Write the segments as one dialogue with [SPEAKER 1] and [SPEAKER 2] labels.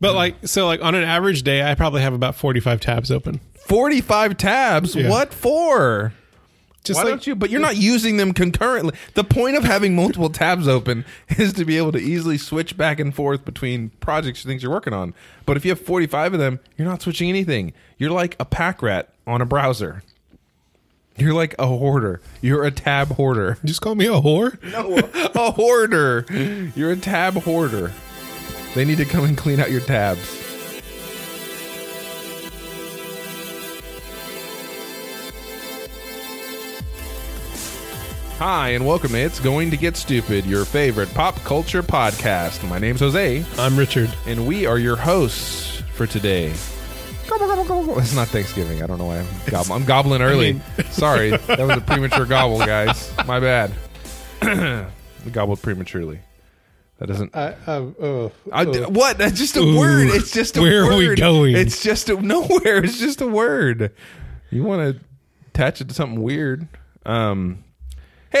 [SPEAKER 1] But like, so like on an average day, I probably have about forty-five tabs open.
[SPEAKER 2] 45 tabs.
[SPEAKER 1] Yeah.
[SPEAKER 2] What for?
[SPEAKER 1] Just
[SPEAKER 2] Why
[SPEAKER 1] like,
[SPEAKER 2] don't you? But you're not using them concurrently. The point of having multiple tabs open is to be able to easily switch back and forth between projects and things you're working on. But if you have 45 of them, you're not switching anything. You're like a pack rat on a browser. You're like a hoarder. You're a tab hoarder.
[SPEAKER 1] just call me a whore.
[SPEAKER 2] No, a hoarder. You're a tab hoarder. They need to come and clean out your tabs. Hi, and welcome to It's Going to Get Stupid, your favorite pop culture podcast. My name's Jose,
[SPEAKER 1] I'm Richard.
[SPEAKER 2] and we are your hosts for today. Gobble, gobble, gobble. It's not Thanksgiving. I don't know why I'm, gobbling. I'm gobbling early.
[SPEAKER 1] mean-
[SPEAKER 2] Sorry, that was a premature gobble, guys. My bad. we gobbled prematurely. That doesn't.
[SPEAKER 3] I, I, oh,
[SPEAKER 2] I,
[SPEAKER 3] oh.
[SPEAKER 2] what? That's just a
[SPEAKER 1] Ooh.
[SPEAKER 2] word. It's just a
[SPEAKER 1] Where
[SPEAKER 2] word.
[SPEAKER 1] are we going?
[SPEAKER 2] It's just a, nowhere. It's just a word. You want to attach it to something weird? Um, hey,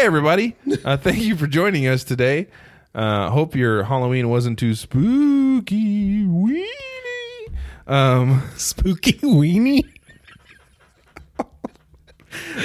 [SPEAKER 2] everybody! uh, thank you for joining us today. Uh, hope your Halloween wasn't too spooky. Weenie. Um,
[SPEAKER 1] Spooky weenie.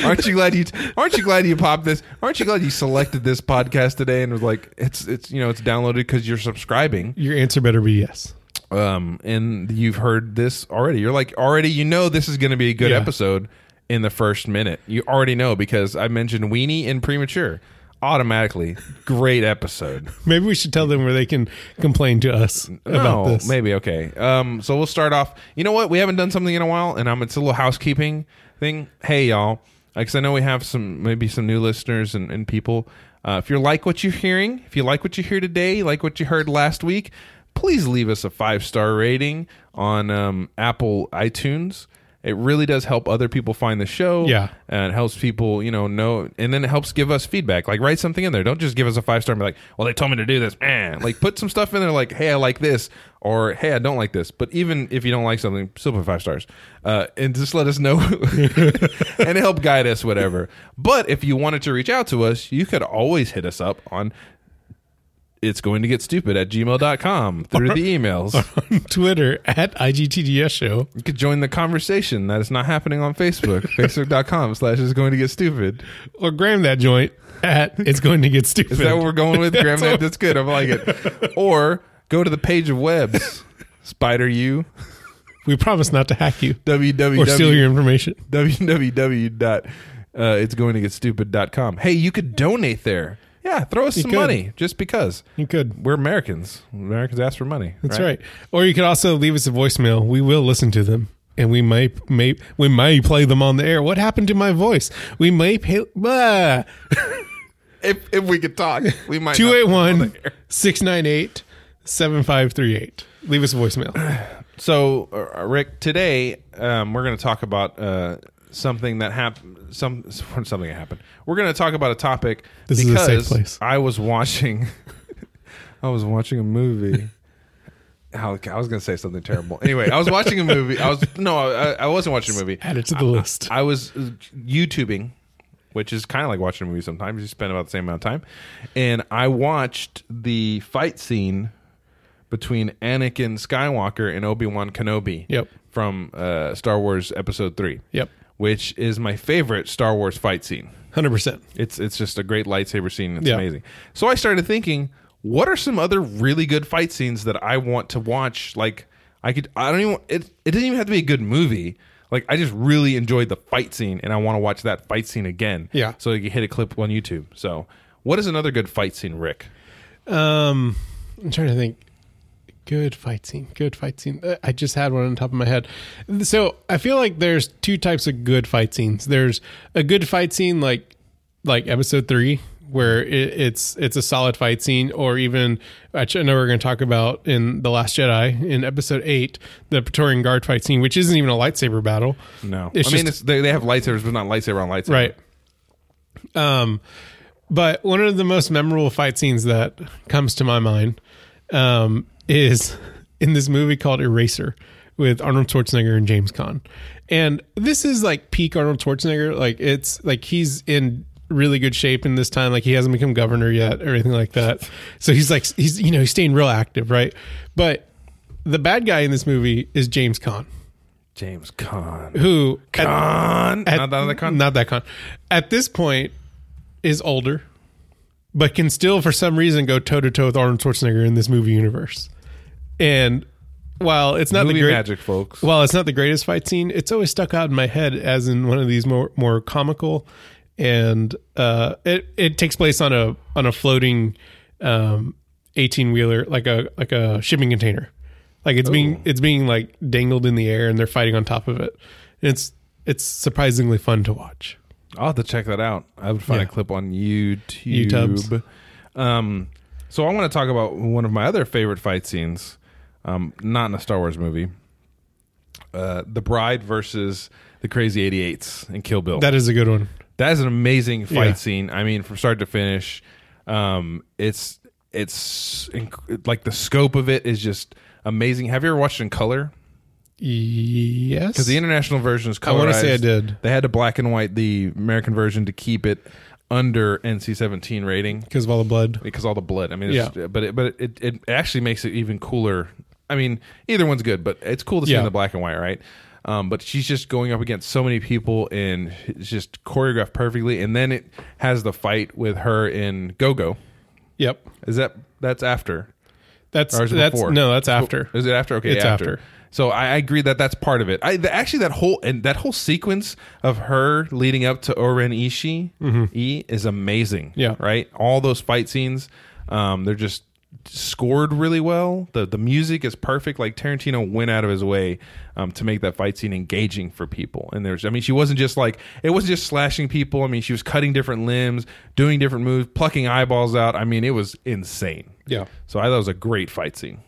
[SPEAKER 2] aren't you glad you? Aren't you glad you popped this? Aren't you glad you selected this podcast today and was like, it's it's you know it's downloaded because you're subscribing.
[SPEAKER 1] Your answer better be yes.
[SPEAKER 2] um and you've heard this already you're like already you know this is going to be a good
[SPEAKER 1] Yeah.
[SPEAKER 2] episode in the first minute you already know because i mentioned weenie and premature automatically great episode
[SPEAKER 1] Maybe we should tell them where they can complain to us about
[SPEAKER 2] no,
[SPEAKER 1] this.
[SPEAKER 2] maybe okay um so we'll start off you know what we haven't done something in a while and i'm it's a little housekeeping thing hey y'all because i know we have some maybe some new listeners and, and people uh, if you like what you're hearing if you like what you hear today like what you heard last week please leave us a five star rating on um, apple itunes it really does help other people find the show
[SPEAKER 1] Yeah.
[SPEAKER 2] and it helps people, you know, know, and then it helps give us feedback. Like write something in there. Don't just give us a five star and be like, "Well, they told me to do this." Eh. Like put some stuff in there, like, "Hey, I like this," or "Hey, I don't like this." But even if you don't like something, still put five stars, uh, and just let us know, and help guide us, whatever. But if you wanted to reach out to us, you could always hit us up on. It's going to get stupid at gmail.com through the emails.
[SPEAKER 1] Twitter at IGTDS show.
[SPEAKER 2] You could join the conversation that is not happening on Facebook. Facebook.com slash is going to get stupid.
[SPEAKER 1] Or Graham that joint at it's going to get stupid.
[SPEAKER 2] Is that what we're going with, Graham?
[SPEAKER 1] what-
[SPEAKER 2] That's good. I like it. Or go to the page of webs, Spider U,
[SPEAKER 1] we promise not to hack you or steal
[SPEAKER 2] www.
[SPEAKER 1] your information.
[SPEAKER 2] www. dot, Uh, it's going to get stupid.com. Hey, you could donate there. Yeah, throw us some
[SPEAKER 1] could.
[SPEAKER 2] money just because.
[SPEAKER 1] You could.
[SPEAKER 2] We're Americans. Americans ask for money.
[SPEAKER 1] That's right. Or you could also leave us a voicemail. We will listen to them. And we may, may, we may play them on the air. What happened to my voice? We may pay, blah.
[SPEAKER 2] If, if we could talk, we might. not-
[SPEAKER 1] 281 698 7538. Leave us a voicemail.
[SPEAKER 2] So, uh, Rick, today um, we're going to talk about uh, something that happened. Some something that happened. We're going to talk about a topic
[SPEAKER 1] This is a
[SPEAKER 2] because
[SPEAKER 1] safe place.
[SPEAKER 2] I was watching. I was watching a movie. How- I was going to say something terrible. Anyway, I was watching a movie. I was no, I, I wasn't watching a movie.
[SPEAKER 1] Add it to the list.
[SPEAKER 2] I was uh, YouTubing, which is kind of like watching a movie sometimes. You spend about the same amount of time. And I watched the fight scene between Anakin Skywalker and Obi Wan Kenobi
[SPEAKER 1] Yep.
[SPEAKER 2] from uh, Star Wars Episode 3.
[SPEAKER 1] Yep.
[SPEAKER 2] Which is my favorite Star Wars fight scene.
[SPEAKER 1] 100%.
[SPEAKER 2] It's, it's just a great lightsaber scene. It's
[SPEAKER 1] Yeah.
[SPEAKER 2] amazing. So I started thinking, what are some other really good fight scenes that I want to watch? Like, I could, I don't even, it, it didn't even have to be a good movie. Like, I just really enjoyed the fight scene and I want to watch that fight scene again.
[SPEAKER 1] Yeah.
[SPEAKER 2] So you can hit a clip on YouTube. So, what is another good fight scene, Rick?
[SPEAKER 1] Um, I'm trying to think. Good fight scene. Good fight scene. Uh, I just had one on top of my head. So I feel like there's two types of good fight scenes. There's a good fight scene like like episode three where it, it's it's a solid fight scene, or even I ch- I know we're going to talk about in the Last Jedi in episode eight the Praetorian Guard fight scene, which isn't even a lightsaber battle.
[SPEAKER 2] No.
[SPEAKER 1] It's
[SPEAKER 2] I mean,
[SPEAKER 1] just-
[SPEAKER 2] it's, they, they have lightsabers, but not lightsaber on lightsaber.
[SPEAKER 1] Right. Um, but one of the most memorable fight scenes that comes to my mind um, is in this movie called Eraser with Arnold Schwarzenegger and James Caan. And this is like peak Arnold Schwarzenegger. Like it's like he's in really good shape in this time. Like he hasn't become governor yet or anything like that. So he's like he's you know he's staying real active, right? But the bad guy in this movie is James Caan,
[SPEAKER 2] James Con.
[SPEAKER 1] who at-
[SPEAKER 2] Con.
[SPEAKER 1] at-
[SPEAKER 2] Not the other con.
[SPEAKER 1] Not that con. At this point, is older, but can still for some reason go toe to toe with Arnold Schwarzenegger in this movie universe. And while it's not
[SPEAKER 2] Movie
[SPEAKER 1] the great,
[SPEAKER 2] magic, folks.
[SPEAKER 1] while it's not the greatest fight scene, it's always stuck out in my head as in one of these more more comical, and uh, it it takes place on a on a floating um, eighteen wheeler, like a like a shipping container, like it's being it's being like dangled in the air, and they're fighting on top of it. And it's it's surprisingly fun to watch.
[SPEAKER 2] I'll have to check that out. I would find a
[SPEAKER 1] Yeah.
[SPEAKER 2] clip on YouTube.
[SPEAKER 1] YouTubes.
[SPEAKER 2] Um, so I want to talk about one of my other favorite fight scenes, um, not in a Star Wars movie. Uh, the Bride versus the Crazy 88s in Kill Bill.
[SPEAKER 1] That is a good one.
[SPEAKER 2] that is an amazing fight
[SPEAKER 1] Yeah.
[SPEAKER 2] scene. I mean, from start to finish, um, it's it's inc- like the scope of it is just amazing. Have you ever watched in color?
[SPEAKER 1] Yes,
[SPEAKER 2] Because the international version is
[SPEAKER 1] I
[SPEAKER 2] colorized.
[SPEAKER 1] want to say I did
[SPEAKER 2] They had to black and white the American version to keep it under NC-17 rating
[SPEAKER 1] because of all the blood.
[SPEAKER 2] because all the blood. I mean, it's, but it, but it, it actually makes it even cooler. I mean, either one's good, but it's cool to see
[SPEAKER 1] Yeah.
[SPEAKER 2] in the black and white, right? Um, but she's just going up against so many people, and it's just choreographed perfectly. And then it has the fight with her in Go Go.
[SPEAKER 1] Yep,
[SPEAKER 2] Is that that's after?
[SPEAKER 1] that's
[SPEAKER 2] Or is it
[SPEAKER 1] that's
[SPEAKER 2] before?
[SPEAKER 1] no, that's after.
[SPEAKER 2] Is it after? Okay,
[SPEAKER 1] It's
[SPEAKER 2] after.
[SPEAKER 1] after.
[SPEAKER 2] So I, I agree that that's part of it. I the, actually that whole and that whole sequence of her leading up to Oren Ishii E is amazing.
[SPEAKER 1] Mm-hmm. Yeah.
[SPEAKER 2] right. All those fight scenes, um, they're just scored really well. the The music is perfect. Like Tarantino went out of his way um, to make that fight scene engaging for people. And there's, I mean, she wasn't just like it wasn't just slashing people. I mean, she was cutting different limbs, doing different moves, plucking eyeballs out. I mean, it was insane.
[SPEAKER 1] Yeah.
[SPEAKER 2] So I thought it was a great fight scene.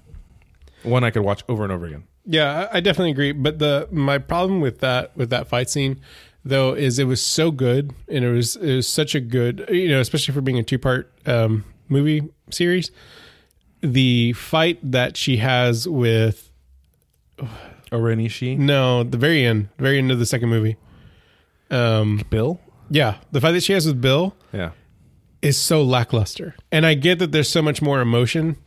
[SPEAKER 2] One I could watch over and over again.
[SPEAKER 1] Yeah, I I definitely agree. But the my problem with that with that fight scene though is it was so good and it was it was such a good you know especially for being a two part um, movie series. The fight that she has with
[SPEAKER 2] Orenishi.
[SPEAKER 1] no the very end very end of the second movie. Um,
[SPEAKER 2] Bill?
[SPEAKER 1] yeah, the fight that she has with Bill
[SPEAKER 2] Yeah.
[SPEAKER 1] is so lackluster. And I get that there's so much more emotion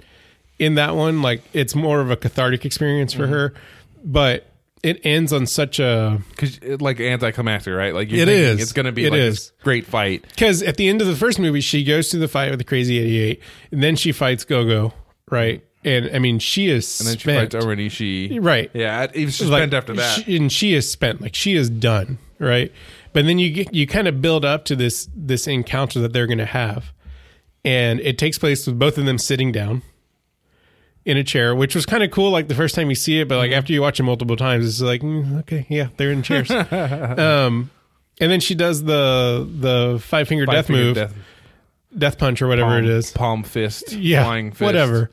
[SPEAKER 1] in that one. Like it's more of a cathartic experience for her, but it ends on such a
[SPEAKER 2] Because uh, like anticlimactic, right? Like you're
[SPEAKER 1] It
[SPEAKER 2] thinking
[SPEAKER 1] is.
[SPEAKER 2] It's going to be
[SPEAKER 1] It
[SPEAKER 2] like
[SPEAKER 1] is.
[SPEAKER 2] this great fight.
[SPEAKER 1] because at the end of the first movie, she goes to the fight with the crazy 88, and then she fights Gogo, right? And I mean, she is
[SPEAKER 2] And then she
[SPEAKER 1] spent.
[SPEAKER 2] fights Orenishi.
[SPEAKER 1] Right.
[SPEAKER 2] Yeah. It it was just
[SPEAKER 1] Like,
[SPEAKER 2] spent after that.
[SPEAKER 1] she- and she is spent. Like she is done, right? But then you get, you kind of build up to this this encounter that they're going to have, and it takes place with both of them sitting down in a chair, which was kind of cool. Like the first time you see it, but like
[SPEAKER 2] Mm-hmm.
[SPEAKER 1] after you watch it multiple times, it's like mm, okay, yeah, they're in chairs. um, and then she does the the five finger death
[SPEAKER 2] Finger
[SPEAKER 1] move, death.
[SPEAKER 2] death,
[SPEAKER 1] punch or whatever
[SPEAKER 2] palm,
[SPEAKER 1] it is
[SPEAKER 2] Palm fist.
[SPEAKER 1] yeah,
[SPEAKER 2] Flying fist.
[SPEAKER 1] whatever.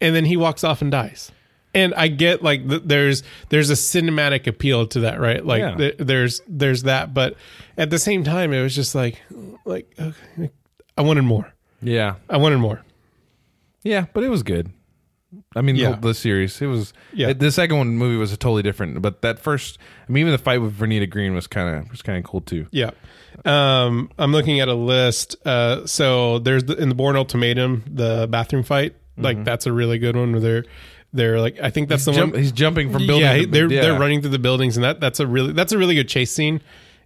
[SPEAKER 1] And then he walks off and dies. And I get like th- there's there's a cinematic appeal to that, right? Like
[SPEAKER 2] Yeah.
[SPEAKER 1] th- there's there's that, but at the same time, it was just like like okay, I wanted more.
[SPEAKER 2] Yeah.
[SPEAKER 1] I wanted more.
[SPEAKER 2] Yeah. But it was good. I mean,
[SPEAKER 1] Yeah.
[SPEAKER 2] the, the series. It was.
[SPEAKER 1] Yeah.
[SPEAKER 2] The second one movie was totally different. But that first, I mean, even the fight with Vernita Green was kind of was kind of cool too.
[SPEAKER 1] Yeah. Um, I'm looking at a list. Uh, so there's the, in the Born Ultimatum, the bathroom fight. Like that's a really good one where they're they're like I think that's the
[SPEAKER 2] Mm-hmm. Jump,
[SPEAKER 1] one
[SPEAKER 2] he's jumping from building.
[SPEAKER 1] Yeah,
[SPEAKER 2] to
[SPEAKER 1] he- they're
[SPEAKER 2] yeah.
[SPEAKER 1] they're running through the buildings, and that that's a really that's a really good chase scene,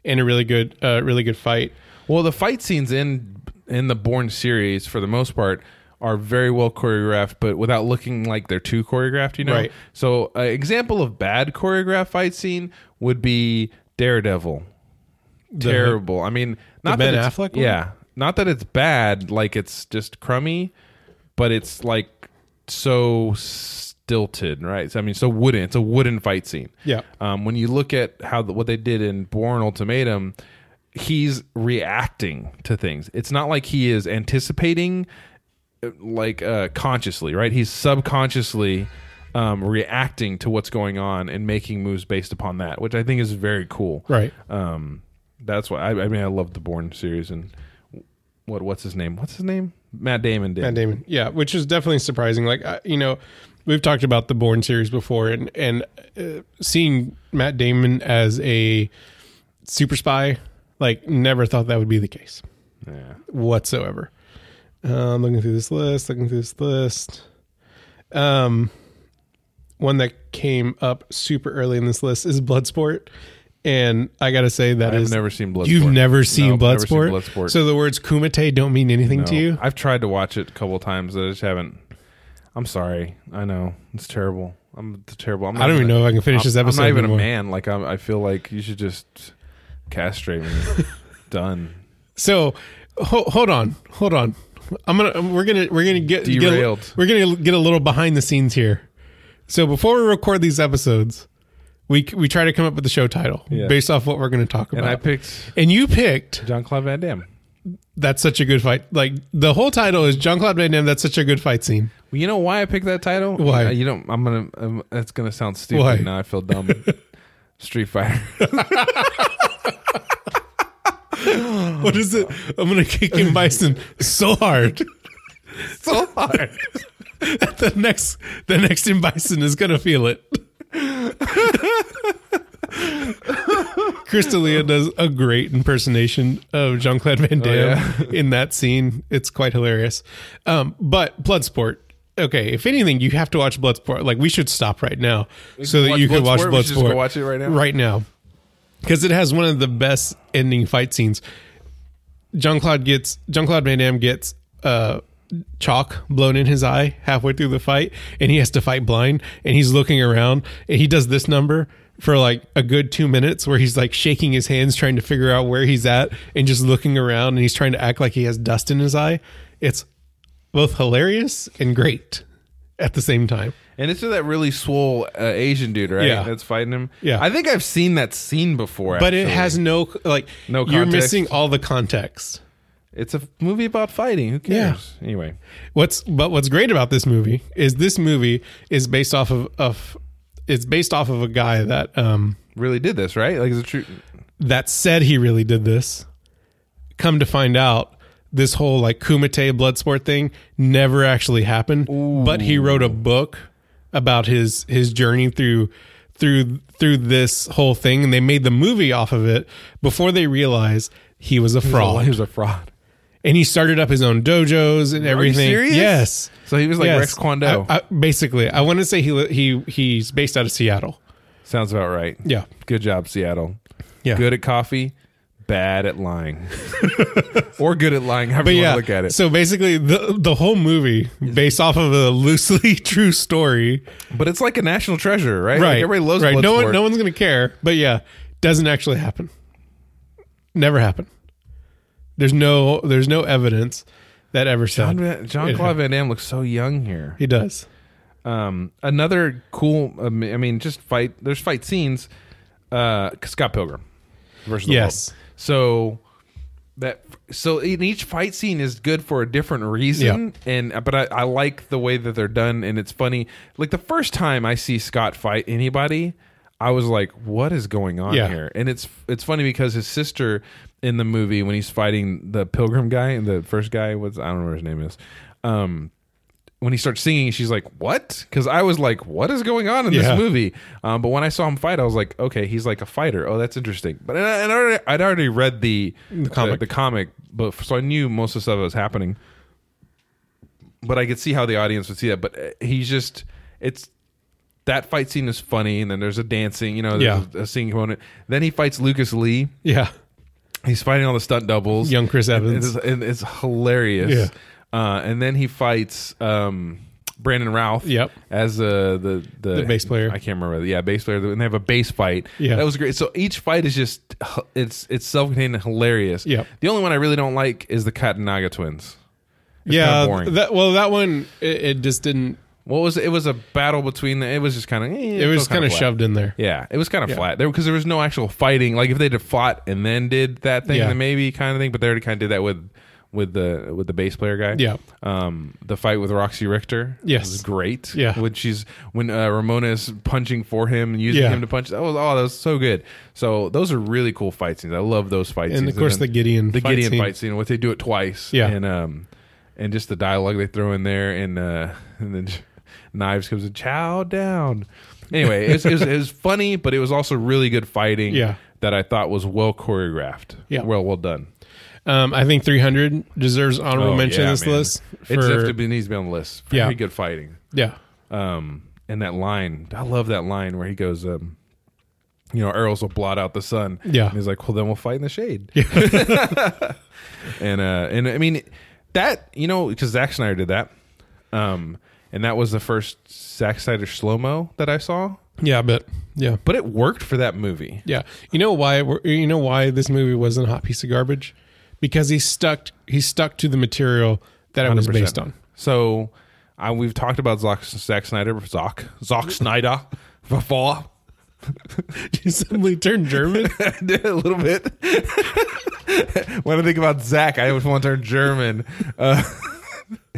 [SPEAKER 1] and a really good uh, really good fight.
[SPEAKER 2] Well, the fight scenes in in the Bourne series, for the most part, are very well choreographed, but without looking like they're too choreographed. You know,
[SPEAKER 1] Right.
[SPEAKER 2] so an example of bad choreographed fight scene would be Daredevil. Terrible. I mean, not
[SPEAKER 1] Ben
[SPEAKER 2] that it's-
[SPEAKER 1] Affleck one?
[SPEAKER 2] Yeah, not that it's bad. Like it's just crummy, but it's like so stilted, right? So, I mean, so wooden. It's a wooden fight scene.
[SPEAKER 1] Yeah.
[SPEAKER 2] Um, when you look at how the, what they did in Born Ultimatum, he's reacting to things. It's not like he is anticipating, uh, like uh, consciously, right? He's subconsciously um, reacting to what's going on and making moves based upon that, which I think is very cool.
[SPEAKER 1] Right.
[SPEAKER 2] Um, that's why I, I mean I love the Born series and what what's his name? What's his name? Matt Damon did.
[SPEAKER 1] Matt Damon. Um, Yeah, which is definitely surprising. Like I- you know, we've talked about the Bourne series before, and and uh, seeing Matt Damon as a super spy, like never thought that would be the case
[SPEAKER 2] Yeah.
[SPEAKER 1] whatsoever. Uh, I'm looking through this list, looking through this list. Um, one that came up super early in this list is Bloodsport. And I gotta say that
[SPEAKER 2] I've
[SPEAKER 1] is-
[SPEAKER 2] never seen Bloodsport.
[SPEAKER 1] You've never seen,
[SPEAKER 2] Nope, never seen
[SPEAKER 1] Bloodsport?
[SPEAKER 2] Bloodsport.
[SPEAKER 1] So the words kumite don't mean anything to
[SPEAKER 2] No.
[SPEAKER 1] you.
[SPEAKER 2] I've tried to watch it a couple times. I just haven't. I'm sorry. I know it's terrible. I'm it's terrible. I'm not
[SPEAKER 1] I don't even
[SPEAKER 2] gonna-
[SPEAKER 1] know if I can finish
[SPEAKER 2] Uh, I'm,
[SPEAKER 1] this episode.
[SPEAKER 2] I'm not even
[SPEAKER 1] anymore.
[SPEAKER 2] a man. Like I'm, I feel like you should just castrate me. Done.
[SPEAKER 1] So ho- hold on, hold on. I'm gonna we're gonna we're gonna get get a-
[SPEAKER 2] Derailed.
[SPEAKER 1] we're gonna get a little behind the scenes here. So before we record these episodes, we we try to come up with the show title
[SPEAKER 2] Yeah.
[SPEAKER 1] based off what we're gonna talk
[SPEAKER 2] And
[SPEAKER 1] about.
[SPEAKER 2] I picked
[SPEAKER 1] and you picked
[SPEAKER 2] John Claude Van Damme.
[SPEAKER 1] that's such a good fight. Like the whole title is John Claude Van Damme. That's such a good fight scene.
[SPEAKER 2] Well, you know why I picked that title?
[SPEAKER 1] Why?
[SPEAKER 2] Uh, You don't. I'm gonna. Um, that's gonna sound stupid.
[SPEAKER 1] Why?
[SPEAKER 2] Now I feel dumb. Street Fighter.
[SPEAKER 1] What is it? I'm gonna kick him Bison so hard.
[SPEAKER 2] so hard.
[SPEAKER 1] the next the next in bison is gonna feel it. Crystalia does a great impersonation of Jean Claude
[SPEAKER 2] Oh,
[SPEAKER 1] Van Damme in that scene. It's quite hilarious. Um, but Bloodsport. Okay, if anything, you have to watch Bloodsport. Like we should stop right now so that
[SPEAKER 2] watch
[SPEAKER 1] you can watch
[SPEAKER 2] Bloodsport? We should just
[SPEAKER 1] Bloodsport.
[SPEAKER 2] go watch it right now?
[SPEAKER 1] Right now, because it has one of the best ending fight scenes. Jean Claude gets Jean Claude Van Damme gets uh chalk blown in his eye halfway through the fight and he has to fight blind and he's looking around and he does this number for like a good two minutes where he's like shaking his hands trying to figure out where he's at and just looking around and he's trying to act like he has dust in his eye. It's both hilarious and great at the same time.
[SPEAKER 2] And it's just that really swole uh, Asian dude, right?
[SPEAKER 1] Yeah.
[SPEAKER 2] That's fighting him.
[SPEAKER 1] Yeah.
[SPEAKER 2] I think I've seen that scene before.
[SPEAKER 1] But it
[SPEAKER 2] actually.
[SPEAKER 1] has no like
[SPEAKER 2] No
[SPEAKER 1] you're
[SPEAKER 2] context.
[SPEAKER 1] missing all the context.
[SPEAKER 2] It's a movie about fighting. Who cares? Anyway,
[SPEAKER 1] What's but what's great about this movie is this movie is based off of, of it's based off of a guy that um
[SPEAKER 2] really did this right? Like, is it true?
[SPEAKER 1] that said he really did this. Come to find out, this whole like Kumite blood sport thing never actually happened. But he wrote a book about his his journey through through through this whole thing, and they made the movie off of it before they realized he was a fraud.
[SPEAKER 2] he was a fraud.
[SPEAKER 1] and he started up his own dojos and everything.
[SPEAKER 2] serious?
[SPEAKER 1] Yes.
[SPEAKER 2] So he was like Rex Kwando.
[SPEAKER 1] I- I- basically, I want to say he he he's based out of Seattle.
[SPEAKER 2] Sounds about right.
[SPEAKER 1] Yeah.
[SPEAKER 2] Good job, Seattle.
[SPEAKER 1] Yeah.
[SPEAKER 2] Good at coffee, bad at lying, or good at lying. However
[SPEAKER 1] But
[SPEAKER 2] you
[SPEAKER 1] yeah,
[SPEAKER 2] want to look at it.
[SPEAKER 1] so basically the the whole movie based off of a loosely true story.
[SPEAKER 2] but it's like a national treasure, right? Like,
[SPEAKER 1] Right.
[SPEAKER 2] everybody loves
[SPEAKER 1] right. No one
[SPEAKER 2] Bloodsport.
[SPEAKER 1] no one's going to care. But yeah, doesn't actually happen. Never happened. There's no there's no evidence that ever said
[SPEAKER 2] John, Van- John Claude Van Damme looks so young here.
[SPEAKER 1] he does.
[SPEAKER 2] Um, another cool. um, I mean, just fight. There's fight scenes. Uh, Scott Pilgrim versus the
[SPEAKER 1] Yes.
[SPEAKER 2] World. So that so in each fight scene is good for a different reason, and uh, but I, I like the way that they're done, and it's funny. Like the first time I see Scott fight anybody, I was like, "What is going on
[SPEAKER 1] Yeah.
[SPEAKER 2] here?" And it's it's funny because his sister in the movie when he's fighting the Pilgrim guy, and the first guy was I don't remember his name is. Um, when he starts singing, she's like, "What?" Because I was like, "What is going on in
[SPEAKER 1] Yeah.
[SPEAKER 2] this movie?" Um, but when I saw him fight, I was like, "Okay, he's like a fighter. Oh, that's interesting." But and I, and I already, I'd already read the the
[SPEAKER 1] comic.
[SPEAKER 2] the, comic, but so I knew most of the stuff that was happening. But I could see how the audience would see that. But uh, he's just it's that fight scene is funny, and then there's a dancing, you know, there's
[SPEAKER 1] Yeah.
[SPEAKER 2] a, a singing component. Then he fights Lucas Lee.
[SPEAKER 1] Yeah.
[SPEAKER 2] He's fighting all the stunt doubles.
[SPEAKER 1] Young Chris
[SPEAKER 2] And
[SPEAKER 1] Evans.
[SPEAKER 2] It's, and it's hilarious. Uh, and then he fights um, Brandon Routh.
[SPEAKER 1] Yep.
[SPEAKER 2] As uh, the, the
[SPEAKER 1] The bass player.
[SPEAKER 2] I can't remember. Yeah, bass player. And they have a bass fight.
[SPEAKER 1] Yeah.
[SPEAKER 2] That was great. So each fight is just it's it's self contained and hilarious.
[SPEAKER 1] Yep.
[SPEAKER 2] The only one I really don't like is the Katanaga twins.
[SPEAKER 1] yeah,
[SPEAKER 2] kinda boring.
[SPEAKER 1] that well that one it, it just didn't
[SPEAKER 2] What was it? It was a battle between the. It was just kind of.
[SPEAKER 1] it was kind of shoved in there.
[SPEAKER 2] Yeah, it was kind of flat there because there was no actual fighting. Like if they'd have fought and then did that thing,
[SPEAKER 1] Yeah.
[SPEAKER 2] then maybe kind of thing. But they already kind of did that with with the with the bass player guy.
[SPEAKER 1] Yeah.
[SPEAKER 2] um, the fight with Roxy Richter.
[SPEAKER 1] Yes.
[SPEAKER 2] was great.
[SPEAKER 1] Yeah.
[SPEAKER 2] when she's when uh, Ramona is punching for him and using
[SPEAKER 1] Yeah.
[SPEAKER 2] him to punch. That was oh, that was so good. So those are really cool fight scenes. I love those fight scenes.
[SPEAKER 1] And of course
[SPEAKER 2] then
[SPEAKER 1] the Gideon
[SPEAKER 2] the
[SPEAKER 1] fight
[SPEAKER 2] Gideon
[SPEAKER 1] scene.
[SPEAKER 2] fight scene. What they do it twice.
[SPEAKER 1] Yeah.
[SPEAKER 2] and um, and just the dialogue they throw in there, and uh, and then knives comes and chow down. Anyway, it was, it, was, it was funny, but it was also really good fighting.
[SPEAKER 1] Yeah.
[SPEAKER 2] that I thought was well choreographed.
[SPEAKER 1] Yeah.
[SPEAKER 2] well, well done.
[SPEAKER 1] Um, I think 300 deserves honorable
[SPEAKER 2] Oh,
[SPEAKER 1] mention
[SPEAKER 2] yeah,
[SPEAKER 1] in this
[SPEAKER 2] man.
[SPEAKER 1] list.
[SPEAKER 2] it
[SPEAKER 1] for-
[SPEAKER 2] definitely needs to be on the list. Very
[SPEAKER 1] Yeah.
[SPEAKER 2] good fighting.
[SPEAKER 1] yeah,
[SPEAKER 2] Um, and that line. I love that line where he goes, um, you know, arrows will blot out the sun.
[SPEAKER 1] Yeah.
[SPEAKER 2] And he's like, well, then we'll fight in the shade. and uh, and I mean that you know because Zack Snyder did that, um, and that was the first Zack Snyder slow mo that I saw.
[SPEAKER 1] Yeah, but yeah,
[SPEAKER 2] But it worked for that movie.
[SPEAKER 1] yeah. You know why? we're- You know why this movie wasn't a hot piece of garbage? Because he stuck. He stuck to the material that it was
[SPEAKER 2] 100%.
[SPEAKER 1] based on.
[SPEAKER 2] So I, we've talked about Zoc, Zack Snyder, Zoc, Zoc Snyder before
[SPEAKER 1] You suddenly turned German.
[SPEAKER 2] I did a little bit. when I think about Zach, I always want to turn German. Uh,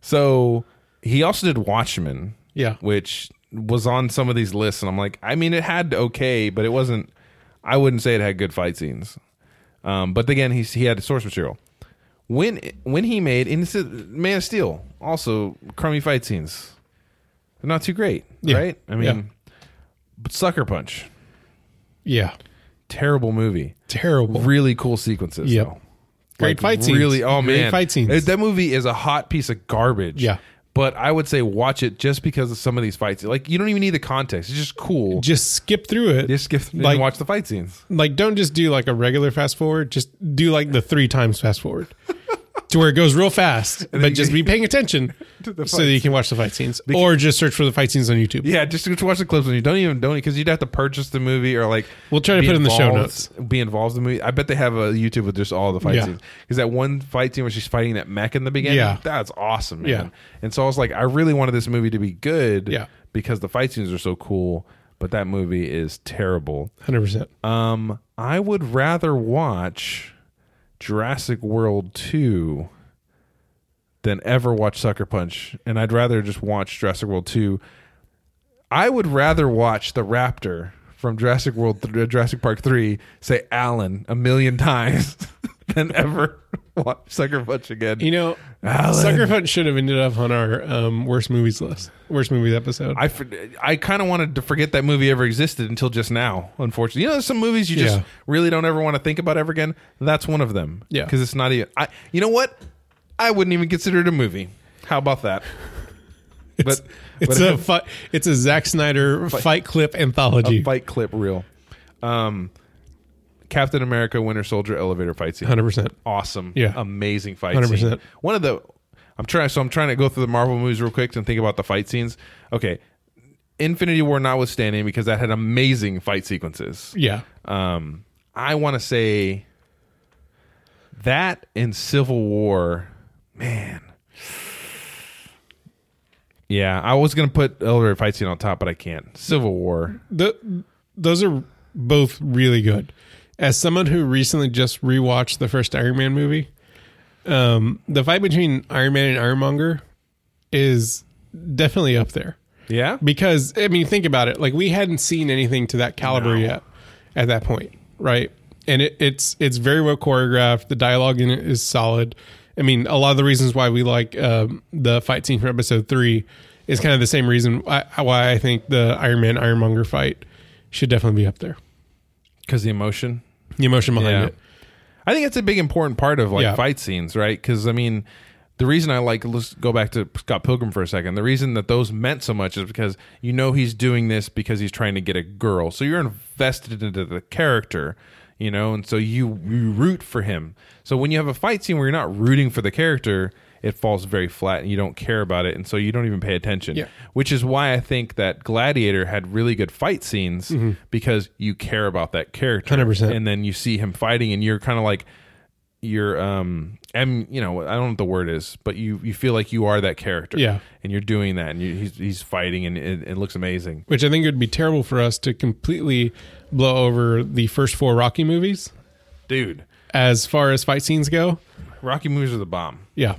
[SPEAKER 2] so he also did Watchmen.
[SPEAKER 1] Yeah.
[SPEAKER 2] which was on some of these lists, and I'm like, I mean, it had okay, but it wasn't. I wouldn't say it had good fight scenes. Um, but again, he's, he had source material. When when he made and this is Man of Steel, also crummy fight scenes, they're not too great,
[SPEAKER 1] Yeah.
[SPEAKER 2] right? I mean,
[SPEAKER 1] Yeah.
[SPEAKER 2] but Sucker Punch,
[SPEAKER 1] yeah,
[SPEAKER 2] terrible movie
[SPEAKER 1] terrible.
[SPEAKER 2] really cool sequences.
[SPEAKER 1] Yep.
[SPEAKER 2] though.
[SPEAKER 1] Great fight scenes.
[SPEAKER 2] Really, oh
[SPEAKER 1] Great
[SPEAKER 2] man,
[SPEAKER 1] fight scenes.
[SPEAKER 2] Uh, That movie is a hot piece of garbage.
[SPEAKER 1] Yeah.
[SPEAKER 2] but I would say watch it just because of some of these fights. Like you don't even need the context; it's just cool. Just,
[SPEAKER 1] Just skip through it.
[SPEAKER 2] skip and
[SPEAKER 1] like-
[SPEAKER 2] watch the fight scenes.
[SPEAKER 1] like don't just do like a regular fast forward just do like the three times fast forward to where it goes real fast but just be paying attention so that you can watch the fight scenes or just search for the fight scenes on youtube
[SPEAKER 2] Yeah, just, just watch the clips and you don't even don't because you'd have to purchase the movie or like
[SPEAKER 1] We'll try to
[SPEAKER 2] be
[SPEAKER 1] put it in the show
[SPEAKER 2] involved-
[SPEAKER 1] notes.
[SPEAKER 2] Be involved in the movie. I bet they have a YouTube with just all the fight
[SPEAKER 1] Yeah.
[SPEAKER 2] scenes because that one fight scene where she's fighting that mech in the beginning.
[SPEAKER 1] Yeah.
[SPEAKER 2] that's awesome, man.
[SPEAKER 1] Yeah.
[SPEAKER 2] And so I was like, I really wanted this movie to be good.
[SPEAKER 1] Yeah.
[SPEAKER 2] because the fight scenes are so cool. But that movie is terrible.
[SPEAKER 1] 100%
[SPEAKER 2] Um, I would rather watch Jurassic World 2 than ever watch Sucker Punch, and I'd rather just watch Jurassic World 2. I would rather watch the Raptor from Jurassic World th- Jurassic Park 3 say Alan a million times than ever watch Sucker Punch again.
[SPEAKER 1] you know
[SPEAKER 2] Alan.
[SPEAKER 1] sucker punch should have ended up on our um, worst movies list worst movies episode
[SPEAKER 2] I, for- I kind of wanted to forget that movie ever existed until just now, unfortunately. You know, there's some movies you just
[SPEAKER 1] Yeah.
[SPEAKER 2] really don't ever want to think about ever again. That's one of them.
[SPEAKER 1] Yeah.
[SPEAKER 2] Because it's not even. I. You know what? I wouldn't even consider it a movie. How about that? but
[SPEAKER 1] it's
[SPEAKER 2] but
[SPEAKER 1] a fi- it's a Zack Snyder fight clip anthology
[SPEAKER 2] fight clip reel. Um, Captain America Winter Soldier elevator fight scene.
[SPEAKER 1] 100%
[SPEAKER 2] Awesome.
[SPEAKER 1] Yeah.
[SPEAKER 2] Amazing fight
[SPEAKER 1] 100%.
[SPEAKER 2] scene. One of the I'm trying so I'm trying to go through the Marvel movies real quick and think about the fight scenes. Okay. Infinity War notwithstanding, because that had amazing fight sequences.
[SPEAKER 1] yeah
[SPEAKER 2] Um I wanna say that and Civil War, man. Yeah, I was gonna put elevator fight scene on top, but I can't. Civil War.
[SPEAKER 1] the, those are both really good. As someone who recently just rewatched the first Iron Man movie, um, the fight between Iron Man and Ironmonger is definitely up there
[SPEAKER 2] Yeah?
[SPEAKER 1] because I mean, think about it. Like we hadn't seen anything to that caliber
[SPEAKER 2] No.
[SPEAKER 1] yet at that point, right? And it, it's it's very well choreographed. The dialogue in it is solid. I mean, a lot of the reasons why we like um, the fight scene from episode three is kind of the same reason why, why I think the Iron Man Ironmonger fight should definitely be up there.
[SPEAKER 2] Because the emotion.
[SPEAKER 1] The emotion behind it,
[SPEAKER 2] I think that's a big important part of like
[SPEAKER 1] Yeah.
[SPEAKER 2] fight scenes, right? Because I mean, the reason I like let's go back to Scott Pilgrim for a second. The reason that those meant so much is because you know he's doing this because he's trying to get a girl, so you're invested into the character, you know, and so you you root for him. So when you have a fight scene where you're not rooting for the character. It falls very flat, and you don't care about it, and so you don't even pay attention.
[SPEAKER 1] Yeah.
[SPEAKER 2] Which is why I think that Gladiator had really good fight scenes
[SPEAKER 1] Mm-hmm.
[SPEAKER 2] because you care about that character,
[SPEAKER 1] 100%.
[SPEAKER 2] and then you see him fighting and you're kind of like you're um em, you know I don't know what the word is but you you feel like you are that character
[SPEAKER 1] Yeah.
[SPEAKER 2] and you're doing that and you, he's he's fighting and it, it looks amazing
[SPEAKER 1] which I think would be terrible for us to completely blow over the first four Rocky movies
[SPEAKER 2] dude
[SPEAKER 1] as far as fight scenes go.
[SPEAKER 2] Rocky movies are the bomb
[SPEAKER 1] Yeah,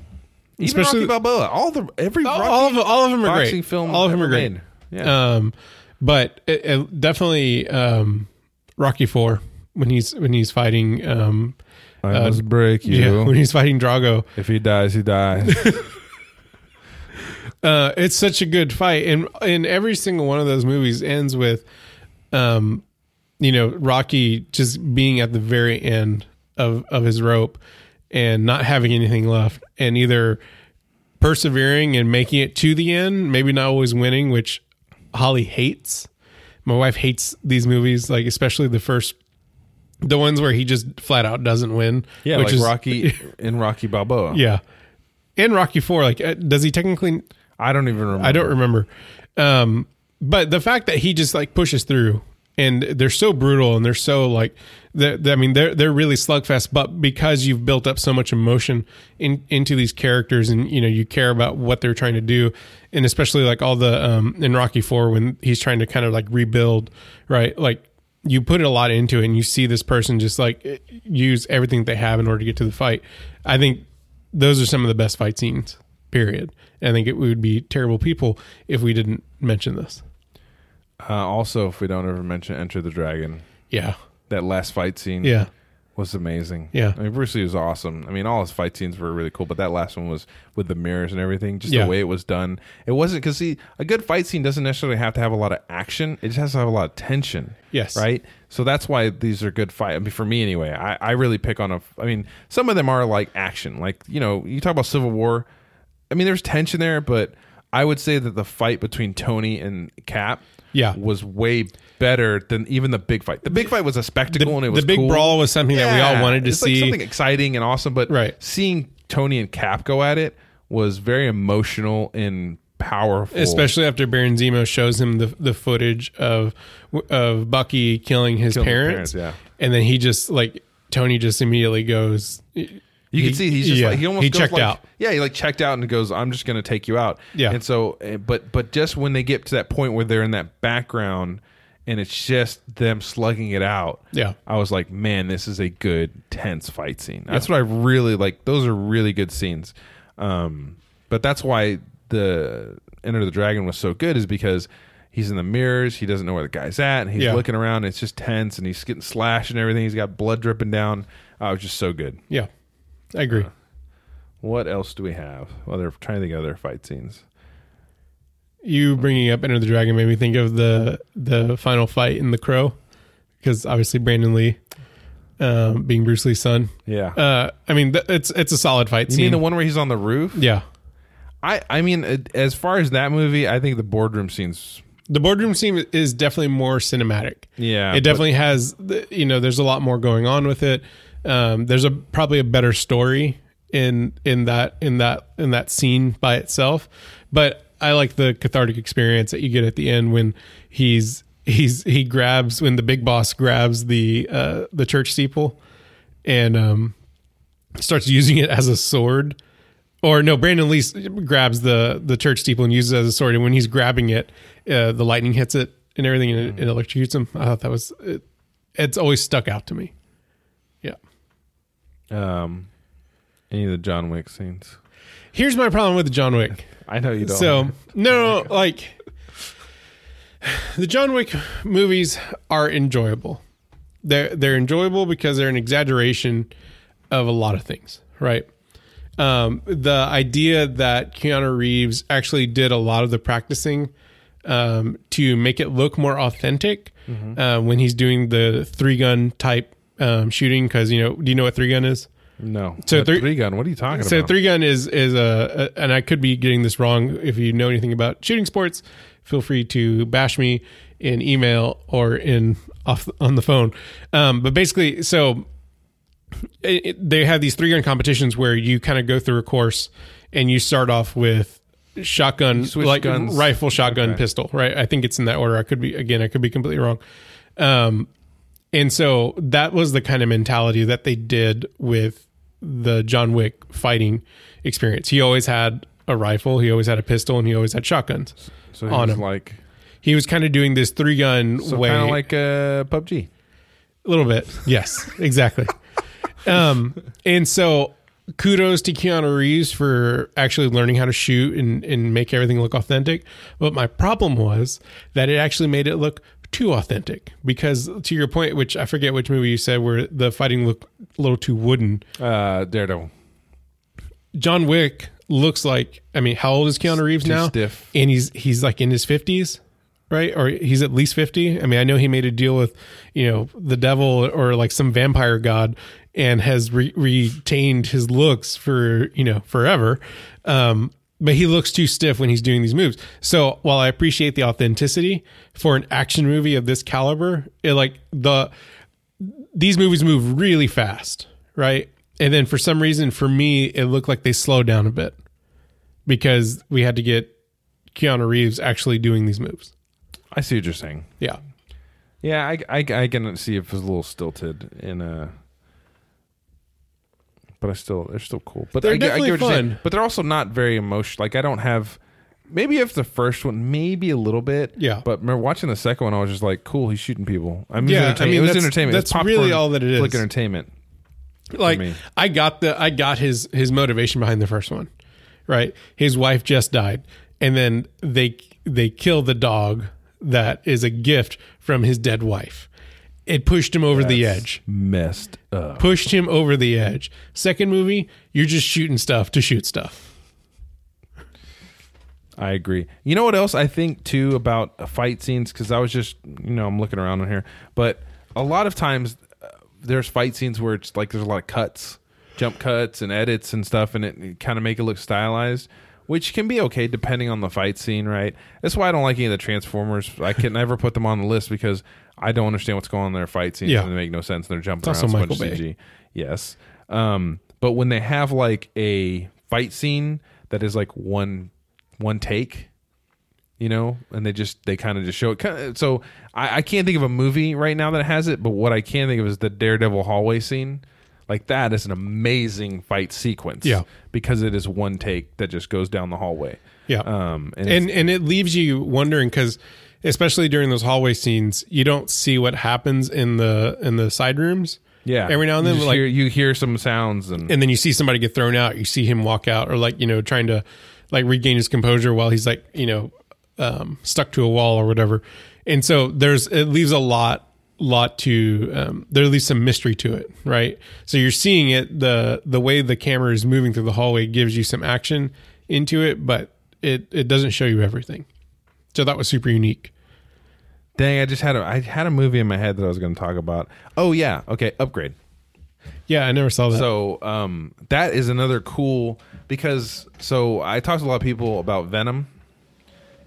[SPEAKER 2] even Rocky Balboa all the every
[SPEAKER 1] All-
[SPEAKER 2] Rocky
[SPEAKER 1] all of all of them are
[SPEAKER 2] boxing
[SPEAKER 1] great.
[SPEAKER 2] film
[SPEAKER 1] all of them are
[SPEAKER 2] ever
[SPEAKER 1] great.
[SPEAKER 2] made. yeah
[SPEAKER 1] Um, but it, it definitely um, Rocky Four when he's when he's fighting um,
[SPEAKER 2] I must break you
[SPEAKER 1] yeah, when he's fighting Drago.
[SPEAKER 2] if he dies he dies
[SPEAKER 1] Uh, it's such a good fight, and and every single one of those movies ends with, um, you know, Rocky just being at the very end of of his rope and not having anything left, and either persevering and making it to the end, maybe not always winning, which Holly hates. My wife hates these movies, like especially the first, the ones where he just flat out doesn't win.
[SPEAKER 2] Yeah,
[SPEAKER 1] which
[SPEAKER 2] like
[SPEAKER 1] is
[SPEAKER 2] Rocky in Rocky Balboa.
[SPEAKER 1] Yeah, and Rocky Four. Like, uh, does he technically?
[SPEAKER 2] I don't even remember.
[SPEAKER 1] I don't remember. Um, but the fact that he just like pushes through, and they're so brutal, and they're so like, they're, I mean, they're they're really slugfest. But because you've built up so much emotion in, into these characters, and you know you care about what they're trying to do, and especially like all the um, in Rocky Four when he's trying to kind of like rebuild, right? Like you put a lot into it, and you see this person just like use everything that they have in order to get to the fight. I think those are some of the best fight scenes period And i think it we would be terrible people if we didn't mention this
[SPEAKER 2] Uh, also, if we don't ever mention Enter the Dragon,
[SPEAKER 1] yeah
[SPEAKER 2] that last fight scene
[SPEAKER 1] yeah
[SPEAKER 2] was amazing.
[SPEAKER 1] Yeah.
[SPEAKER 2] I mean, Bruce Lee was awesome. I mean, all his fight scenes were really cool, but that last one was with the mirrors and everything, just
[SPEAKER 1] Yeah.
[SPEAKER 2] the way it was done. It wasn't because, see, a good fight scene doesn't necessarily have to have a lot of action, it just has to have a lot of tension.
[SPEAKER 1] Yes.
[SPEAKER 2] Right? So that's why these are good fight. I mean, for me anyway, I, I really pick on a. I mean, some of them are like action. Like, you know, you talk about Civil War. I mean, there's tension there, but I would say that the fight between Tony and Cap.
[SPEAKER 1] Yeah.
[SPEAKER 2] was way better than even the big fight. The big fight was a spectacle, and it was
[SPEAKER 1] the big
[SPEAKER 2] cool.
[SPEAKER 1] brawl was something that we all
[SPEAKER 2] Yeah,
[SPEAKER 1] wanted to
[SPEAKER 2] it's like
[SPEAKER 1] see
[SPEAKER 2] something exciting and awesome. But
[SPEAKER 1] Right.
[SPEAKER 2] seeing Tony and Cap go at it was very emotional and powerful.
[SPEAKER 1] especially after baron zemo shows him the, the footage of of bucky killing his
[SPEAKER 2] Killing the
[SPEAKER 1] parents,
[SPEAKER 2] parents,
[SPEAKER 1] and then he just like tony just immediately goes
[SPEAKER 2] you
[SPEAKER 1] he-
[SPEAKER 2] can see he's just
[SPEAKER 1] yeah,
[SPEAKER 2] like he almost
[SPEAKER 1] he
[SPEAKER 2] goes
[SPEAKER 1] checked
[SPEAKER 2] like-
[SPEAKER 1] out.
[SPEAKER 2] Yeah, he like checked out and goes, "I'm just going to take you out."
[SPEAKER 1] Yeah.
[SPEAKER 2] and so, eh, but but just when they get to that point where they're in that background and it's just them slugging it out.
[SPEAKER 1] Yeah.
[SPEAKER 2] I was like, man, this is a good tense fight scene. That's what I really like. Those are really good scenes. Um, but that's why the Enter the Dragon was so good is because he's in the mirrors. He doesn't know where the guy's at. And he's
[SPEAKER 1] Yeah.
[SPEAKER 2] looking around. And it's just tense, and he's getting slashed and everything. He's got blood dripping down. Uh, it was just so good.
[SPEAKER 1] yeah i agree
[SPEAKER 2] What else do we have? Well, they're trying to think of other fight scenes.
[SPEAKER 1] you bringing up enter the dragon made me think of the the final fight in the crow because obviously brandon lee um, being bruce lee's son
[SPEAKER 2] Yeah.
[SPEAKER 1] uh, I mean, th- it's it's a solid fight
[SPEAKER 2] you
[SPEAKER 1] scene.
[SPEAKER 2] mean the one where he's on the roof?
[SPEAKER 1] yeah,
[SPEAKER 2] I, I mean, it- as far as that movie, I think the boardroom scenes.
[SPEAKER 1] the boardroom scene is definitely more cinematic.
[SPEAKER 2] Yeah,
[SPEAKER 1] it
[SPEAKER 2] but-
[SPEAKER 1] definitely has. the- You know, there's a lot more going on with it. Um, there's a probably a better story in in that in that in that scene by itself. But I like the cathartic experience that you get at the end when he's he's he grabs when the big boss grabs the uh, the church steeple and um, starts using it as a sword. Or no, Brandon Lee grabs the the church steeple and uses it as a sword. And when he's grabbing it, uh, the lightning hits it and everything, and it, it electrocutes him. I thought that was it, it's always stuck out to me. Yeah.
[SPEAKER 2] Um, any of the John Wick scenes.
[SPEAKER 1] Here's my problem with John Wick.
[SPEAKER 2] I know you don't.
[SPEAKER 1] So no, no, like the John Wick movies are enjoyable. They're they're enjoyable because they're an exaggeration of a lot of things, right? Um, the idea that Keanu Reeves actually did a lot of the practicing um, to make it look more authentic
[SPEAKER 2] Mm-hmm.
[SPEAKER 1] uh, when he's doing the three gun type um, shooting. Because you know, do you know what three gun is?
[SPEAKER 2] no.
[SPEAKER 1] So
[SPEAKER 2] A
[SPEAKER 1] three-
[SPEAKER 2] three gun. What are you talking
[SPEAKER 1] so
[SPEAKER 2] about?
[SPEAKER 1] three gun is is a, a- and I could be getting this wrong. If you know anything about shooting sports, feel free to bash me in email or in off on the phone. Um, but basically, so it, it- they have these three gun competitions where you kind of go through a course and you start off with shotgun,
[SPEAKER 2] switch
[SPEAKER 1] like
[SPEAKER 2] guns.
[SPEAKER 1] rifle, shotgun,
[SPEAKER 2] Okay.
[SPEAKER 1] pistol. Right? I think it's in that order. I could be again. I could be completely wrong. Um, and so that was the kind of mentality that they did with the John Wick fighting experience. He always had a rifle, he always had a pistol, and he always had shotguns.
[SPEAKER 2] So he
[SPEAKER 1] on
[SPEAKER 2] was
[SPEAKER 1] him.
[SPEAKER 2] like
[SPEAKER 1] He was kind of doing this three gun
[SPEAKER 2] so
[SPEAKER 1] way,
[SPEAKER 2] kind of like uh, PUBG.
[SPEAKER 1] a little bit. Yes, exactly. um, and so kudos to Keanu Reeves for actually learning how to shoot and, and make everything look authentic. But my problem was that it actually made it look too authentic because to your point, which I forget which movie you said where the fighting looked a little too wooden.
[SPEAKER 2] Uh, Daredevil.
[SPEAKER 1] John Wick looks like I mean, how old is Keanu Reeves
[SPEAKER 2] Too
[SPEAKER 1] now?
[SPEAKER 2] stiff.
[SPEAKER 1] And he's he's like in his fifties, right? Or he's at least fifty. I mean, I know he made a deal with you know the devil or like some vampire god, and has re- retained his looks for you know forever. Um, but he looks too stiff when he's doing these moves. So while I appreciate the authenticity for an action movie of this caliber, it like the these movies move really fast, right? And then for some reason, for me, it looked like they slowed down a bit because we had to get Keanu Reeves actually doing these moves.
[SPEAKER 2] I see what you're saying.
[SPEAKER 1] Yeah.
[SPEAKER 2] Yeah, I, I, I can see if it's a little stilted in a. But I still, they're still cool. But
[SPEAKER 1] They're
[SPEAKER 2] I, get- I get
[SPEAKER 1] definitely
[SPEAKER 2] what you're saying.
[SPEAKER 1] fun.
[SPEAKER 2] But they're also not very emotional. Like I don't have. Maybe if the first one, maybe a little bit.
[SPEAKER 1] Yeah.
[SPEAKER 2] But remember watching the second one, I was just like, "Cool, he's shooting people." I mean,
[SPEAKER 1] Yeah, I
[SPEAKER 2] yeah, I
[SPEAKER 1] mean,
[SPEAKER 2] mean, it was
[SPEAKER 1] that's-
[SPEAKER 2] entertainment. It was
[SPEAKER 1] that's really
[SPEAKER 2] popcorn
[SPEAKER 1] all that it
[SPEAKER 2] Flick
[SPEAKER 1] is.
[SPEAKER 2] entertainment.
[SPEAKER 1] like
[SPEAKER 2] me.
[SPEAKER 1] I got the I got his his motivation behind the first one, right? His wife just died, and then they they kill the dog that is a gift from his dead wife. It pushed him over the edge.
[SPEAKER 2] Messed up.
[SPEAKER 1] Pushed him over the edge. Second movie, you're just shooting stuff to shoot stuff.
[SPEAKER 2] I agree. You know what else I think too about uh, fight scenes? Because I was just, you know, I'm looking around on here, but a lot of times uh, there's fight scenes where it's like there's a lot of cuts, jump cuts, and edits and stuff, and it, kind of make it look stylized, which can be okay depending on the fight scene, right? That's why I don't like any of the Transformers. I can never put them on the list because I don't understand what's going on in their fight scenes,
[SPEAKER 1] Yeah.
[SPEAKER 2] and they make no sense. And they're jumping
[SPEAKER 1] It's
[SPEAKER 2] around
[SPEAKER 1] also
[SPEAKER 2] so much
[SPEAKER 1] Michael Bay.
[SPEAKER 2] CG. Yes. Um, but when they have like a fight scene that is like one one take, you know, and they just they kind of just show it. Kinda, so I, I can't think of a movie right now that has it, but what I can think of is the Daredevil hallway scene. Like that is an amazing fight sequence.
[SPEAKER 1] Yeah.
[SPEAKER 2] Because it is one take that just goes down the hallway.
[SPEAKER 1] Yeah.
[SPEAKER 2] Um and, it's-
[SPEAKER 1] and and it leaves you wondering because especially during those hallway scenes, you don't see what happens in the in the side rooms.
[SPEAKER 2] yeah.
[SPEAKER 1] Every now and
[SPEAKER 2] you
[SPEAKER 1] then,
[SPEAKER 2] just
[SPEAKER 1] like
[SPEAKER 2] hear, you hear some sounds and,
[SPEAKER 1] and then you see somebody get thrown out you see him walk out or like you know trying to like regain his composure while he's like you know um, stuck to a wall or whatever and so there's it leaves a lot lot to um, there leaves some mystery to it right so you're seeing it the the way the camera is moving through the hallway gives you some action into it but it it doesn't show you everything so that was super unique
[SPEAKER 2] dang, I just had a I had a movie in my head that I was gonna talk about. Oh yeah, okay, upgrade.
[SPEAKER 1] yeah i never saw that
[SPEAKER 2] So um, that is another cool because so I talked to a lot of people about Venom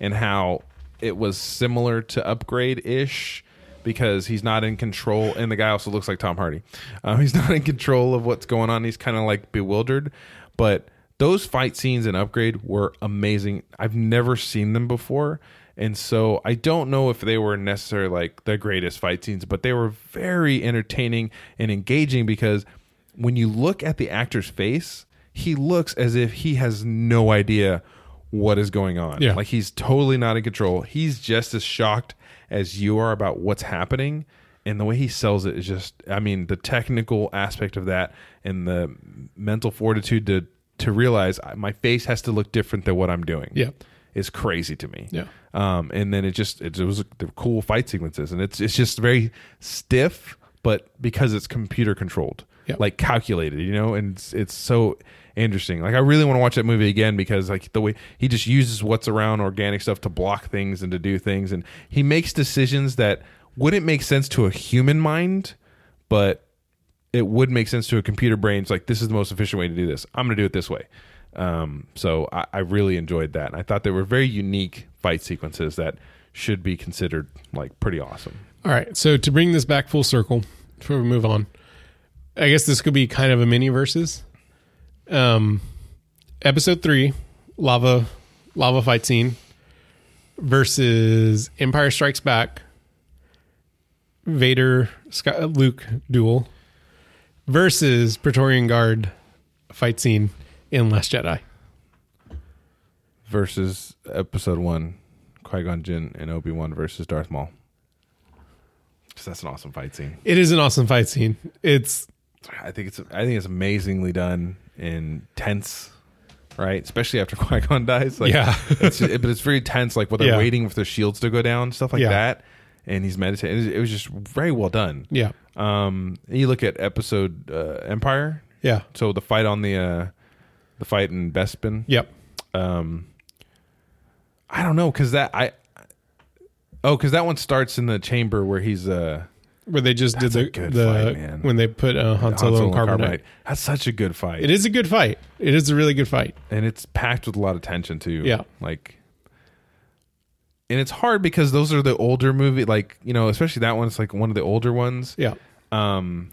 [SPEAKER 2] and how it was similar to Upgrade ish because he's not in control and the guy also looks like Tom Hardy. Um, he's not in control of what's going on. He's kind of like bewildered, but those fight scenes in Upgrade were amazing. I've never seen them before. And so I don't know if they were necessarily like the greatest fight scenes, but they were very entertaining and engaging because when you look at the actor's face, he looks as if he has no idea what is going on.
[SPEAKER 1] Yeah.
[SPEAKER 2] Like he's totally not in control. He's just as shocked as you are about what's happening. And the way he sells it is just I mean, the technical aspect of that and the mental fortitude to to realize I- my face has to look different than what I'm doing
[SPEAKER 1] Yeah.
[SPEAKER 2] is crazy to me.
[SPEAKER 1] Yeah.
[SPEAKER 2] Um, and then it just it, was the cool fight sequences, and it's it's just very stiff, but because it's computer controlled,
[SPEAKER 1] Yeah.
[SPEAKER 2] like calculated, you know, and it's, it's so interesting. Like I really want to watch that movie again because like the way he just uses what's around organic stuff to block things and to do things, and he makes decisions that wouldn't make sense to a human mind, but it would make sense to a computer brain. It's like this is the most efficient way to do this. I'm going to do it this way. Um, so I, I really enjoyed that, and I thought they were very unique fight sequences that should be considered like pretty awesome.
[SPEAKER 1] All right. So to bring this back full circle before we move on, I guess this could be kind of a mini versus. Um, episode three, lava, lava fight scene versus Empire Strikes Back, Vader, Sky, Luke duel versus Praetorian Guard fight scene in Last Jedi.
[SPEAKER 2] Versus Episode One, Qui Gon Jinn and Obi Wan versus Darth Maul. Because that's an awesome fight scene.
[SPEAKER 1] It is an awesome fight scene. It's
[SPEAKER 2] I think it's I think it's amazingly done and tense, right? Especially after Qui Gon dies. Like,
[SPEAKER 1] Yeah.
[SPEAKER 2] it's just- but it's very tense. Like when they're
[SPEAKER 1] Yeah.
[SPEAKER 2] waiting for their shields to go down, stuff like
[SPEAKER 1] Yeah.
[SPEAKER 2] that. And he's meditating. It was just very well done.
[SPEAKER 1] yeah,
[SPEAKER 2] Um, you look at episode uh, Empire.
[SPEAKER 1] yeah,
[SPEAKER 2] So the fight on the uh, the fight in Bespin.
[SPEAKER 1] yep.
[SPEAKER 2] Um, I don't know because that I oh because that one starts in the chamber where he's uh
[SPEAKER 1] Where they just
[SPEAKER 2] That's a
[SPEAKER 1] did the
[SPEAKER 2] good
[SPEAKER 1] the
[SPEAKER 2] fight, man.
[SPEAKER 1] when they put uh, Han
[SPEAKER 2] Han
[SPEAKER 1] Solo
[SPEAKER 2] Solo
[SPEAKER 1] and
[SPEAKER 2] and
[SPEAKER 1] Carbonite.
[SPEAKER 2] That's such a good fight.
[SPEAKER 1] It is a good fight. It is a really good fight.
[SPEAKER 2] and it's packed with a lot of tension too.
[SPEAKER 1] Yeah.
[SPEAKER 2] like, and it's hard because those are the older movie, like you know, especially that one. It's like one of the older ones.
[SPEAKER 1] Yeah.
[SPEAKER 2] Um,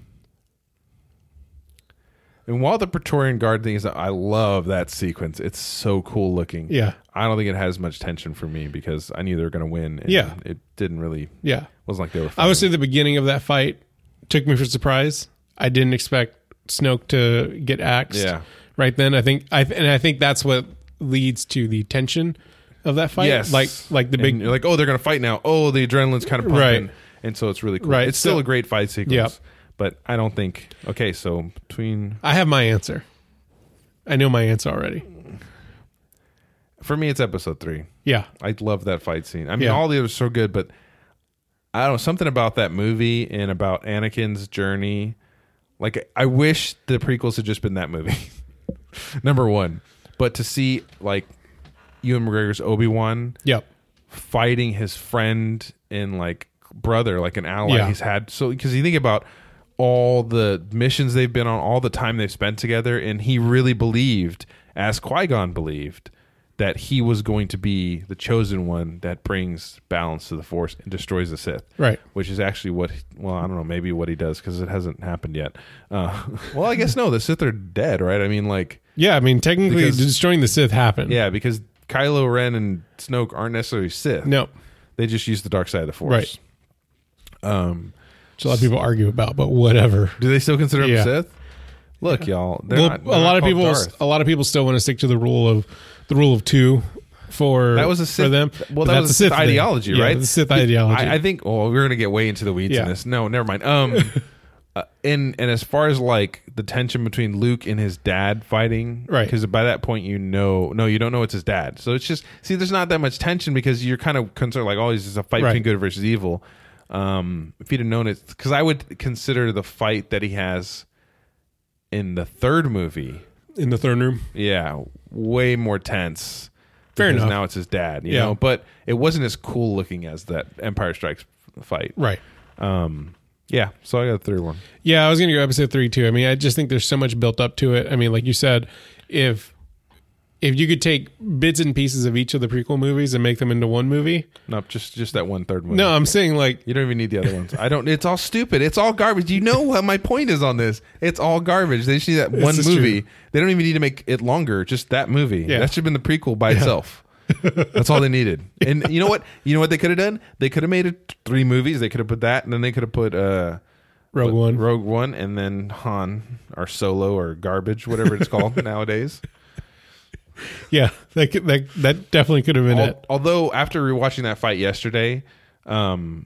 [SPEAKER 2] and while the Praetorian Guard thing is, I love that sequence. It's so cool looking.
[SPEAKER 1] Yeah.
[SPEAKER 2] I don't think it has much tension for me because I knew they were going to win. And
[SPEAKER 1] Yeah.
[SPEAKER 2] it didn't really
[SPEAKER 1] Yeah.
[SPEAKER 2] wasn't like they were.
[SPEAKER 1] I would say the beginning of that fight took me for surprise. I didn't expect Snoke to get axed
[SPEAKER 2] Yeah.
[SPEAKER 1] right then. I think I and I think that's what leads to the tension of that fight.
[SPEAKER 2] Yes,
[SPEAKER 1] Like like the big
[SPEAKER 2] And you're like, oh, they're gonna fight now. Oh, the adrenaline's kind of pumping,
[SPEAKER 1] Right.
[SPEAKER 2] and so it's really cool.
[SPEAKER 1] Right.
[SPEAKER 2] It's still
[SPEAKER 1] So-
[SPEAKER 2] a great fight sequence.
[SPEAKER 1] Yeah.
[SPEAKER 2] But I don't think. Okay, so between
[SPEAKER 1] I have my answer. I know my answer already.
[SPEAKER 2] for me, it's episode three.
[SPEAKER 1] Yeah.
[SPEAKER 2] I love that fight scene. I mean,
[SPEAKER 1] Yeah.
[SPEAKER 2] all the others are so good, but I don't know something about that movie and about Anakin's journey. Like, I wish the prequels had just been that movie. Number one, but to see like Ewan McGregor's Obi Wan
[SPEAKER 1] Yep.
[SPEAKER 2] fighting his friend and like brother, like an ally
[SPEAKER 1] Yeah.
[SPEAKER 2] he's had. So because you think about all the missions they've been on, all the time they've spent together, and he really believed, as Qui Gon believed, that he was going to be the chosen one that brings balance to the Force and destroys the Sith.
[SPEAKER 1] Right.
[SPEAKER 2] Which is actually what, well, I don't know, maybe what he does because it hasn't happened yet. Uh, well, I guess no, the Sith are dead, right? I mean, like,
[SPEAKER 1] Yeah, I mean technically
[SPEAKER 2] Because-
[SPEAKER 1] destroying the Sith happened.
[SPEAKER 2] yeah, because Kylo Ren and Snoke aren't necessarily Sith.
[SPEAKER 1] No.
[SPEAKER 2] They just use the dark side of the force.
[SPEAKER 1] Right.
[SPEAKER 2] Um,
[SPEAKER 1] Which a lot of people argue about, but whatever.
[SPEAKER 2] do they still consider him
[SPEAKER 1] Yeah.
[SPEAKER 2] Sith? Look, y'all. They're
[SPEAKER 1] Well,
[SPEAKER 2] not,
[SPEAKER 1] a lot of people a lot of people still want to stick to the rule of the rule of two for
[SPEAKER 2] That was a Sith.
[SPEAKER 1] for them.
[SPEAKER 2] Well,
[SPEAKER 1] But
[SPEAKER 2] that was a
[SPEAKER 1] that's
[SPEAKER 2] Sith,
[SPEAKER 1] thing.
[SPEAKER 2] ideology,
[SPEAKER 1] Yeah,
[SPEAKER 2] right?
[SPEAKER 1] The Sith
[SPEAKER 2] But
[SPEAKER 1] ideology.
[SPEAKER 2] I, I think. Well, we're gonna get way into the weeds
[SPEAKER 1] Yeah.
[SPEAKER 2] in this. No, never mind. Um, uh, and and as far as like the tension between Luke and his dad fighting,
[SPEAKER 1] Right.
[SPEAKER 2] Because by that point, you know, no, you don't know it's his dad. So it's just see, there's not that much tension because you're kind of concerned, like, oh, it's just a fight
[SPEAKER 1] Right.
[SPEAKER 2] between good versus evil. Um, if he'd have known it, because I would consider the fight that he has in the third movie
[SPEAKER 1] in the third room.
[SPEAKER 2] yeah, way more tense.
[SPEAKER 1] Fair
[SPEAKER 2] because
[SPEAKER 1] enough.
[SPEAKER 2] Now it's his dad, you
[SPEAKER 1] Yeah.
[SPEAKER 2] know, but it wasn't as cool looking as that Empire Strikes fight.
[SPEAKER 1] Right.
[SPEAKER 2] Um, yeah. So I got a third one.
[SPEAKER 1] Yeah, I was gonna go episode three too. I mean, I just think there's so much built up to it. I mean, like you said, if if you could take bits and pieces of each of the prequel movies and make them into one movie.
[SPEAKER 2] No, just just that one third one.
[SPEAKER 1] No, I'm saying like
[SPEAKER 2] You don't even need the other ones. I don't. It's all stupid. It's all garbage. You know what my point is on this? It's all garbage. They see that one
[SPEAKER 1] is
[SPEAKER 2] movie.
[SPEAKER 1] true.
[SPEAKER 2] They don't even need to make it longer. Just that movie.
[SPEAKER 1] Yeah.
[SPEAKER 2] That should have been the prequel by itself. That's all they needed. And you know what? You know what they could have done? They could have made it three movies. They could have put that, and then they could have put uh,
[SPEAKER 1] Rogue One.
[SPEAKER 2] Rogue One, and then Han or Solo or garbage, whatever it's called nowadays.
[SPEAKER 1] Yeah, that could, that that definitely could have been
[SPEAKER 2] Al-
[SPEAKER 1] it.
[SPEAKER 2] although after rewatching that fight yesterday, um,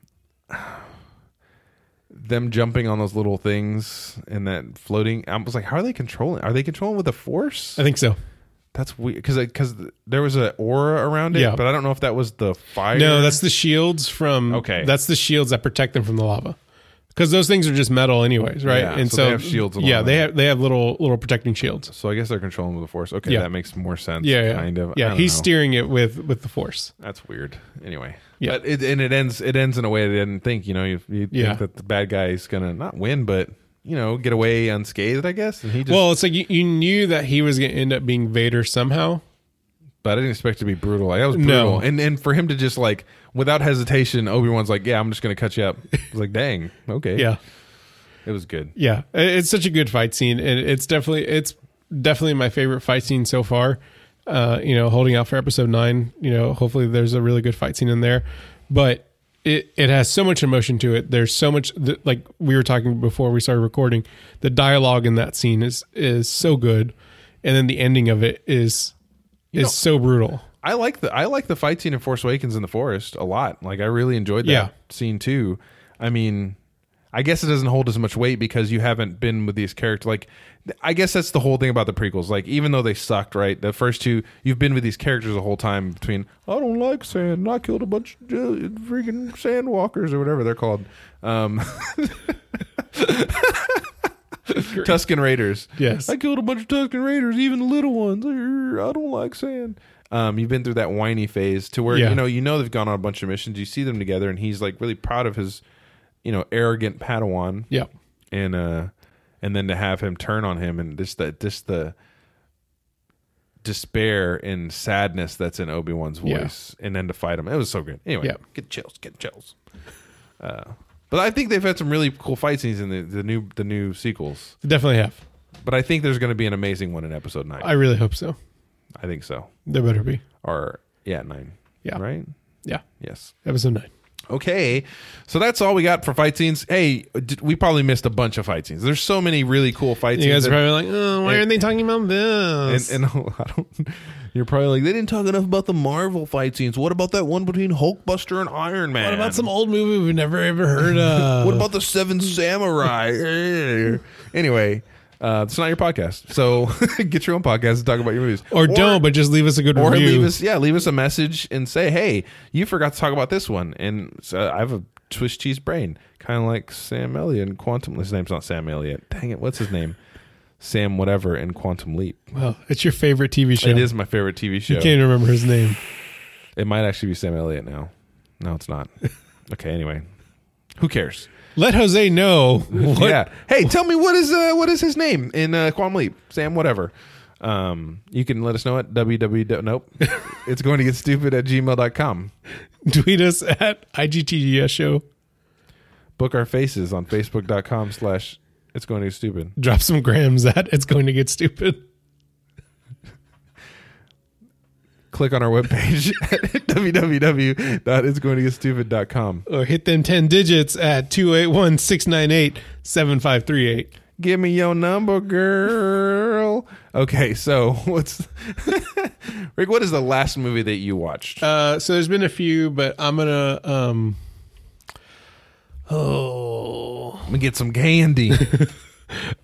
[SPEAKER 2] them jumping on those little things and that floating, I was like, how are they controlling? Are they controlling with the force?
[SPEAKER 1] I think so.
[SPEAKER 2] That's weird because because there was an aura around it,
[SPEAKER 1] Yeah.
[SPEAKER 2] but I don't know if that was the fire.
[SPEAKER 1] No, that's the shields from.
[SPEAKER 2] Okay.
[SPEAKER 1] that's the shields that protect them from the lava, because those things are just metal, anyways, right?
[SPEAKER 2] Yeah, so they have shields and all
[SPEAKER 1] yeah,
[SPEAKER 2] that.
[SPEAKER 1] they have they have little little protecting shields.
[SPEAKER 2] so I guess they're controlling with the force. Okay,
[SPEAKER 1] Yeah.
[SPEAKER 2] that makes more sense.
[SPEAKER 1] Yeah, yeah.
[SPEAKER 2] kind of. I
[SPEAKER 1] Yeah,
[SPEAKER 2] don't
[SPEAKER 1] he's
[SPEAKER 2] know.
[SPEAKER 1] steering it with with the force.
[SPEAKER 2] That's weird. Anyway,
[SPEAKER 1] Yeah.
[SPEAKER 2] but it, and it ends. It ends in a way I didn't think. You know, you, you
[SPEAKER 1] Yeah.
[SPEAKER 2] think that the bad guy is gonna not win, but you know, get away unscathed. I guess. And he just.
[SPEAKER 1] Well, it's like you, you knew that he was going to end up being Vader somehow.
[SPEAKER 2] but I didn't expect it to be brutal. Like, that was
[SPEAKER 1] No.
[SPEAKER 2] brutal. And and for him to just like without hesitation, Obi Wan's like, yeah, I'm just gonna cut you up. I was like, dang, okay,
[SPEAKER 1] Yeah,
[SPEAKER 2] it was good.
[SPEAKER 1] yeah. It- It's such a good fight scene, and it's definitely it's definitely my favorite fight scene so far. Uh, you know, holding out for episode nine. You know, hopefully there's a really good fight scene in there, but it it has so much emotion to it. There's so much th- like we were talking before we started recording. The dialogue in that scene is is so good, and then the ending of it is is
[SPEAKER 2] know-
[SPEAKER 1] so brutal.
[SPEAKER 2] I like the I like the fight scene in Force Awakens in the forest a lot. Like I really enjoyed that
[SPEAKER 1] Yeah.
[SPEAKER 2] scene too. I mean, I guess it doesn't hold as much weight because you haven't been with these characters. Like, th- I guess that's the whole thing about the prequels. Like, even though they sucked, right? The first two, you've been with these characters the whole time. Between I don't like sand, and I killed a bunch of uh, freaking sandwalkers or whatever they're called, um, Tuscan Raiders.
[SPEAKER 1] Yes.
[SPEAKER 2] I killed a bunch of Tuscan Raiders, even the little ones. Arr, I don't like sand. Um, you've been through that whiny phase to where
[SPEAKER 1] Yeah.
[SPEAKER 2] you know you know they've gone on a bunch of missions. You see them together, and he's like really proud of his, you know, arrogant Padawan,
[SPEAKER 1] Yeah.
[SPEAKER 2] and uh, and then to have him turn on him, and just the just the despair and sadness that's in Obi Wan's voice, and then to fight him. It was so good. Anyway,
[SPEAKER 1] Yeah.
[SPEAKER 2] get chills, get chills. Uh, but I think they've had some really cool fight scenes in the, the new the new sequels.
[SPEAKER 1] Definitely have.
[SPEAKER 2] But I think there's going to be an amazing one in Episode Nine.
[SPEAKER 1] I really hope so.
[SPEAKER 2] I think so.
[SPEAKER 1] There better be.
[SPEAKER 2] Or yeah, nine.
[SPEAKER 1] Yeah.
[SPEAKER 2] Right.
[SPEAKER 1] Yeah.
[SPEAKER 2] Yes.
[SPEAKER 1] Episode nine.
[SPEAKER 2] Okay, so that's all we got for fight scenes. Hey, did, we probably missed a bunch of fight scenes. There's so many really cool fight
[SPEAKER 1] You
[SPEAKER 2] scenes.
[SPEAKER 1] guys are probably like, oh, why
[SPEAKER 2] and-
[SPEAKER 1] aren't they talking about this?
[SPEAKER 2] and, and I don't, you're probably like, they didn't talk enough about the Marvel fight scenes. What about that one between Hulkbuster and Iron Man?
[SPEAKER 1] what about some old movie we've never ever heard of?
[SPEAKER 2] What about the Seven Samurai? Eh. anyway, uh, it's not your podcast, so get your own podcast and talk about your movies,
[SPEAKER 1] or, don't, but just leave us a good
[SPEAKER 2] or
[SPEAKER 1] review.
[SPEAKER 2] leave us yeah leave us a message and say hey you forgot to talk about this one and so i have a swiss cheese brain kind of like sam elliott and quantum his name's not sam elliott dang it what's his name sam whatever and quantum leap
[SPEAKER 1] well, it's your favorite TV show.
[SPEAKER 2] it is my favorite tv
[SPEAKER 1] You
[SPEAKER 2] show
[SPEAKER 1] can't remember his name.
[SPEAKER 2] it might actually be sam elliott now no it's not okay anyway who cares
[SPEAKER 1] Let Jose know. What,
[SPEAKER 2] yeah hey tell me what is uh, what is his name in uh, quantum leap sam whatever um, you can let us know at www nope it's going to get stupid at gmail.com
[SPEAKER 1] Tweet us at IGTGS show.
[SPEAKER 2] book our faces on facebook.com slash it's going to be stupid
[SPEAKER 1] Drop some grams at it's going to get stupid.
[SPEAKER 2] click on our webpage at www.itsgoingtogetstupid.com
[SPEAKER 1] Or hit them 10 digits at 281 698 7538.
[SPEAKER 2] give me your number girl okay so what's rick what is the last movie that you watched
[SPEAKER 1] Uh, so there's been a few, but I'm gonna. Um, oh,
[SPEAKER 2] let me get some candy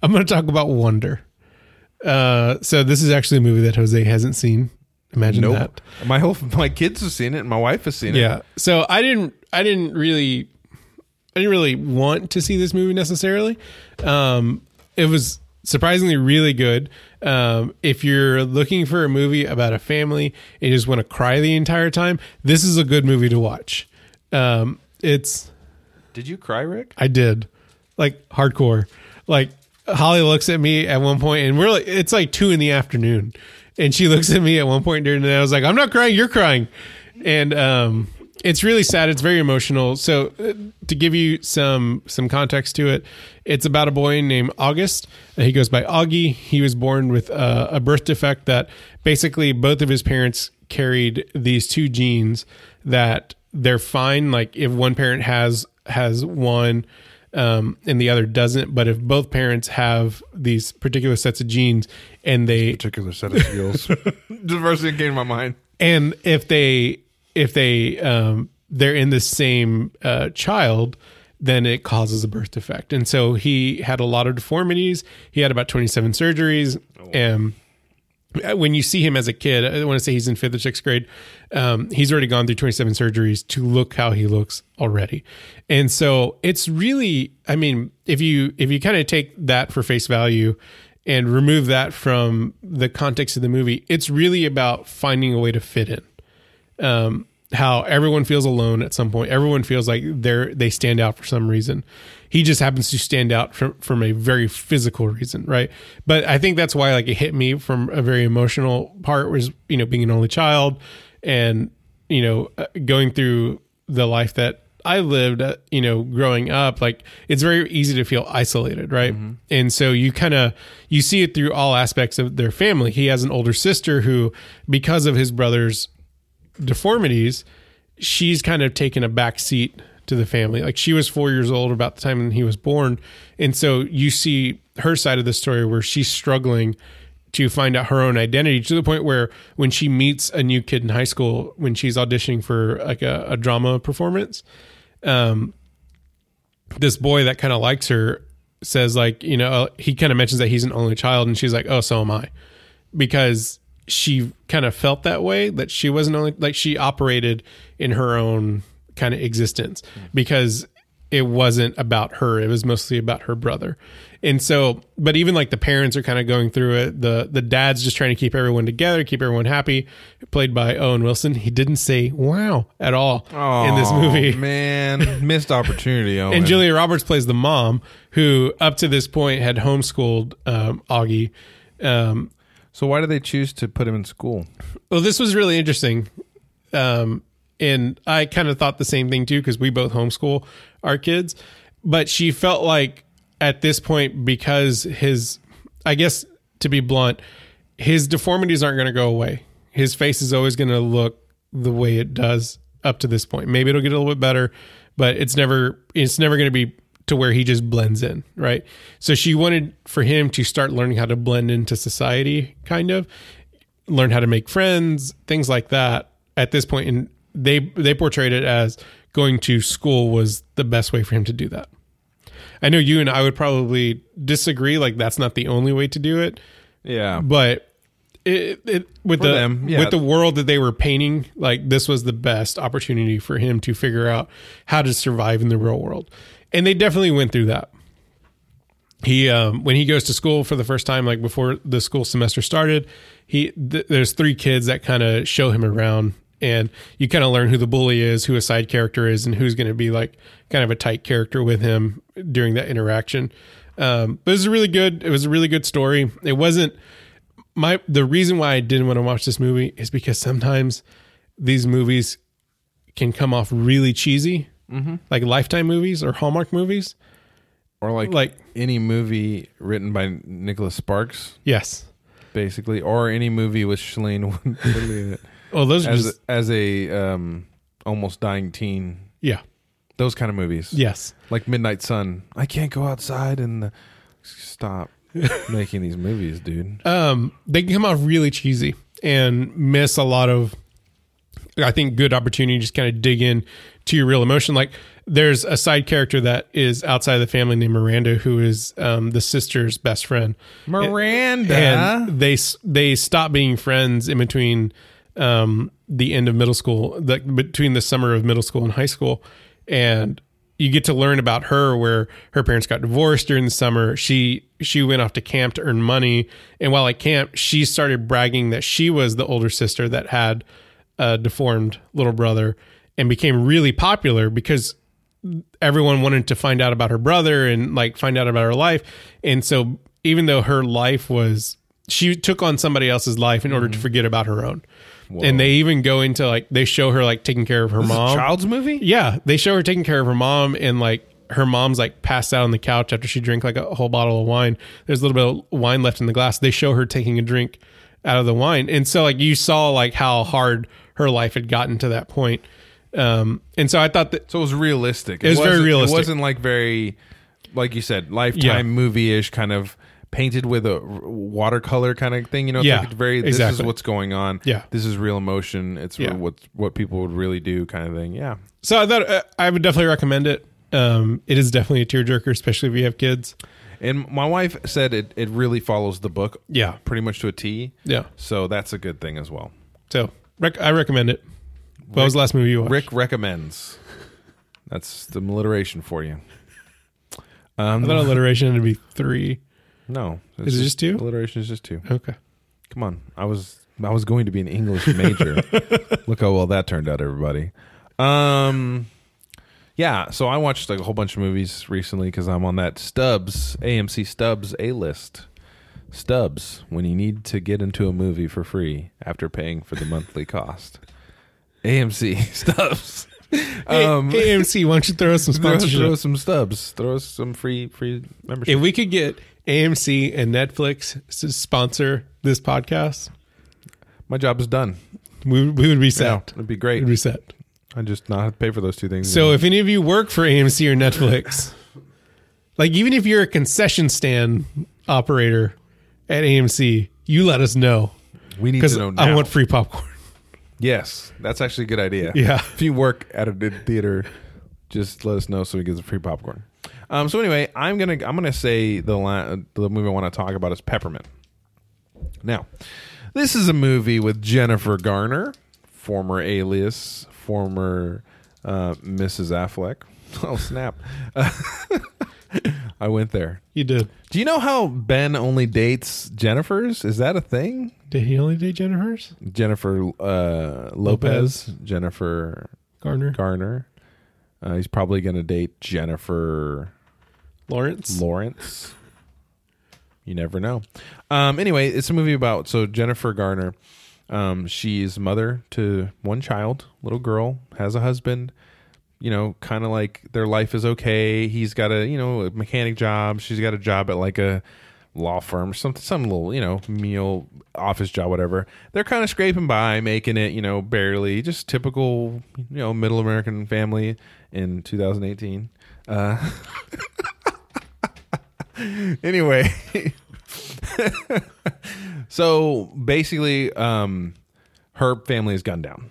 [SPEAKER 1] I'm gonna talk about Wonder. Uh, so this is actually a movie that Jose hasn't seen. Imagine that.
[SPEAKER 2] nope my whole my kids have seen it and my wife has seen it
[SPEAKER 1] Yeah. So I didn't. I didn't really. I didn't really want to see this movie necessarily. Um, it was surprisingly really good. Um, if you're looking for a movie about a family and you just want to cry the entire time, this is a good movie to watch. Um, it's
[SPEAKER 2] did you cry rick
[SPEAKER 1] I did. Like hardcore. Like Holly looks at me at one point and we're like it's like two in the afternoon. And she looks at me at one point during the day. I was like, I'm not crying, you're crying. And um it's really sad. It's very emotional. So uh, to give you some some context to it, it's about a boy named August. Uh, He goes by Augie. He was born with uh, a birth defect that basically both of his parents carried these two genes that they're fine. Like if one parent has has one um, and the other doesn't, but if both parents have these particular sets of genes and they
[SPEAKER 2] particular set of skills the first thing that came to my mind
[SPEAKER 1] and if they if they um, they're in the same uh, child then it causes a birth defect and so he had a lot of deformities he had about 27 surgeries and uh, when you see him as a kid i want to say he's in fifth or sixth grade um, he's already gone through 27 surgeries to look how he looks already and so it's really i mean if you if you kind of take that for face value and remove that from the context of the movie it's really about finding a way to fit in um, how everyone feels alone at some point. Everyone feels like they're they stand out for some reason. He just happens to stand out from from a very physical reason, right? But I think that's why like it hit me from a very emotional part was you know being an only child and you know uh, going through the life that I lived, uh, you know, growing up, like it's very easy to feel isolated, right? And so you kind of you see it through all aspects of their family. He has an older sister who, because of his brother's deformities, she's kind of taken a back seat to the family. Like she was four years old about the time when he was born. And so you see her side of the story where she's struggling to find out her own identity to the point where when she meets a new kid in high school, when she's auditioning for like a, a drama performance, this boy that kind of likes her says like you know uh, he kind of mentions that he's an only child and she's like oh so am i because she kind of felt that way that she wasn't only like she operated in her own kind of existence because it wasn't about her it was mostly about her brother and so but even like the parents are kind of going through it the the dad's just trying to keep everyone together keep everyone happy played by owen wilson he didn't say wow at all in this
[SPEAKER 2] Aw,
[SPEAKER 1] movie
[SPEAKER 2] man missed opportunity Owen.
[SPEAKER 1] and Julia Roberts plays the mom who, up to this point, had homeschooled um, Augie. Um,
[SPEAKER 2] So why do they choose to put him in school?
[SPEAKER 1] Well, this was really interesting. Um, and I kind of thought the same thing too, because we both homeschool our kids. But she felt like at this point, because his, I guess to be blunt, his deformities aren't going to go away. His face is always going to look the way it does up to this point. Maybe it'll get a little bit better, but it's never, it's never going to be to where he just blends in, right? So she wanted for him to start learning how to blend into society, kind of learn how to make friends, things like that. At this point, and they they portrayed it as going to school was the best way for him to do that. I know you and I would probably disagree. Like that's not the only way to do it,
[SPEAKER 2] Yeah.
[SPEAKER 1] but it, it with
[SPEAKER 2] For
[SPEAKER 1] the
[SPEAKER 2] them, yeah.
[SPEAKER 1] with the world that they were painting, like this was the best opportunity for him to figure out how to survive in the real world, and they definitely went through that. He um, when he goes to school for the first time, like before the school semester started, he th- there's three kids that kind of show him around, and you kind of learn who the bully is, who a side character is, and who's going to be like kind of a tight character with him during that interaction. Um, but it was a really good. It was a really good story. It wasn't my the reason why I didn't want to watch this movie is because sometimes these movies can come off really cheesy,
[SPEAKER 2] Mm-hmm.
[SPEAKER 1] like Lifetime movies or Hallmark movies.
[SPEAKER 2] Or like
[SPEAKER 1] Like-
[SPEAKER 2] any movie written by Nicholas Sparks,
[SPEAKER 1] Yes.
[SPEAKER 2] basically, or any movie with Shailene Wood- Woodley in it.
[SPEAKER 1] Well, those are
[SPEAKER 2] as
[SPEAKER 1] just,
[SPEAKER 2] as a um, almost dying teen.
[SPEAKER 1] yeah.
[SPEAKER 2] Those kind of movies.
[SPEAKER 1] Yes.
[SPEAKER 2] Like Midnight Sun. I can't go outside and the, stop making these movies, dude.
[SPEAKER 1] um, they can come off really cheesy and miss a lot of, I think, good opportunity to just kind of dig in to your real emotion. Like there's a side character that is outside of the family named Miranda, who is um, the sister's best friend.
[SPEAKER 2] Miranda.
[SPEAKER 1] and they they stopped being friends in between um, the end of middle school, the, between the summer of middle school and high school, and you get to learn about her where her parents got divorced during the summer. She she went off to camp to earn money, and while at camp, she started bragging that she was the older sister that had a deformed little brother, and became really popular because everyone wanted to find out about her brother and like find out about her life. And so even though her life was she took on somebody else's life in order
[SPEAKER 2] Mm-hmm.
[SPEAKER 1] to forget about her own. And they even go into like they show her like taking care of her
[SPEAKER 2] This is a
[SPEAKER 1] mom.
[SPEAKER 2] child's movie?
[SPEAKER 1] Yeah, they show her taking care of her mom and like her mom's like passed out on the couch after she drank like a whole bottle of wine. There's a little bit of wine left in the glass. They show her taking a drink out of the wine. And so like you saw like how hard her life had gotten to that point. Um and so I thought that
[SPEAKER 2] So it was realistic.
[SPEAKER 1] was very
[SPEAKER 2] wasn't-
[SPEAKER 1] realistic.
[SPEAKER 2] It wasn't like very, like you said, lifetime
[SPEAKER 1] Yeah.
[SPEAKER 2] movie ish kind of painted with a r- watercolor kind of thing. You know, it's
[SPEAKER 1] Yeah,
[SPEAKER 2] like very. This
[SPEAKER 1] exactly.
[SPEAKER 2] is what's going on.
[SPEAKER 1] Yeah.
[SPEAKER 2] this is real emotion. It's
[SPEAKER 1] Yeah.
[SPEAKER 2] what what people would really do kind of thing. Yeah,
[SPEAKER 1] So I thought uh, I would definitely recommend it. Um, it is definitely a tearjerker, especially if you have kids.
[SPEAKER 2] and my wife said it. It really follows the book.
[SPEAKER 1] Yeah.
[SPEAKER 2] pretty much to a T.
[SPEAKER 1] Yeah.
[SPEAKER 2] So that's a good thing as well.
[SPEAKER 1] So rec- I recommend it. What was the last movie you watched?
[SPEAKER 2] Rick recommends. That's the alliteration for you.
[SPEAKER 1] I
[SPEAKER 2] Um,
[SPEAKER 1] thought alliteration would be three.
[SPEAKER 2] no, it's
[SPEAKER 1] Is it just two?
[SPEAKER 2] Alliteration is just two.
[SPEAKER 1] Okay.
[SPEAKER 2] Come on. I was I was going to be an English major. Look how well that turned out, everybody. Um yeah, so I watched like a whole bunch of movies recently because I'm on that Stubbs, AMC Stubbs A list. Stubbs, when you need to get into a movie for free after paying for the monthly cost. AMC Stubbs. Um,
[SPEAKER 1] hey, AMC, why don't you throw us some
[SPEAKER 2] throw,
[SPEAKER 1] sponsorship?
[SPEAKER 2] throw some stubs. Throw us some free free membership.
[SPEAKER 1] if we could get AMC and Netflix to sponsor this podcast,
[SPEAKER 2] My job is done.
[SPEAKER 1] we, we would be
[SPEAKER 2] Yeah,
[SPEAKER 1] set.
[SPEAKER 2] it'd be
[SPEAKER 1] We'd
[SPEAKER 2] great.
[SPEAKER 1] be set.
[SPEAKER 2] I just not have to pay for those two things.
[SPEAKER 1] So if any of you work for AMC or Netflix, like even if you're a concession stand operator at AMC, you let us know
[SPEAKER 2] we need
[SPEAKER 1] because
[SPEAKER 2] to know now.
[SPEAKER 1] I want free popcorn.
[SPEAKER 2] Yes, that's actually a good idea.
[SPEAKER 1] Yeah.
[SPEAKER 2] If you work at a d- theater, just let us know so we get some free popcorn. Um, so anyway, I'm gonna I'm gonna say the la- the movie I want to talk about is Peppermint. Now, this is a movie with Jennifer Garner, former Alias, former uh, Mrs. Affleck. Oh snap! I went there.
[SPEAKER 1] You did.
[SPEAKER 2] Do you know how Ben only dates Jennifer's? Is that a thing?
[SPEAKER 1] Did he only date Jennifer's?
[SPEAKER 2] Jennifer uh, Lopez, Jennifer
[SPEAKER 1] Garner.
[SPEAKER 2] Garner. Uh, he's probably going to date Jennifer
[SPEAKER 1] Lawrence.
[SPEAKER 2] Lawrence. you never know. Um, anyway, it's a movie about so Jennifer Garner. Um, she's mother to one child, little girl, has a husband. You know, kind of like their life is okay. He's got a you know a mechanic job. She's got a job at like a law firm, some some little you know meal office job, whatever. They're kind of scraping by, making it you know barely, just typical you know middle American family in 2018. Uh, anyway, so basically, um, her family is gunned down.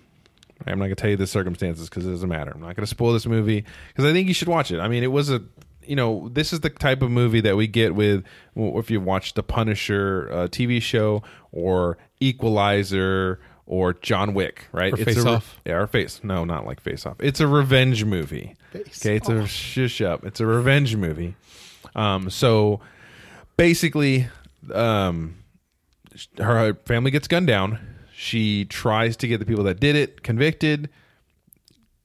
[SPEAKER 2] I'm not gonna tell you the circumstances because it doesn't matter. I'm not gonna spoil this movie because I think you should watch it. I mean, it was a you know this is the type of movie that we get with well, if you watch the Punisher uh, TV show or Equalizer or John Wick, right?
[SPEAKER 1] Or
[SPEAKER 2] It's
[SPEAKER 1] Face
[SPEAKER 2] a re-
[SPEAKER 1] Off.
[SPEAKER 2] yeah, or Face. No, not like Face Off. It's a revenge movie.
[SPEAKER 1] Face
[SPEAKER 2] okay, it's a shush up. It's a revenge movie. Um, so basically, um, her family gets gunned down. She tries to get the people that did it convicted.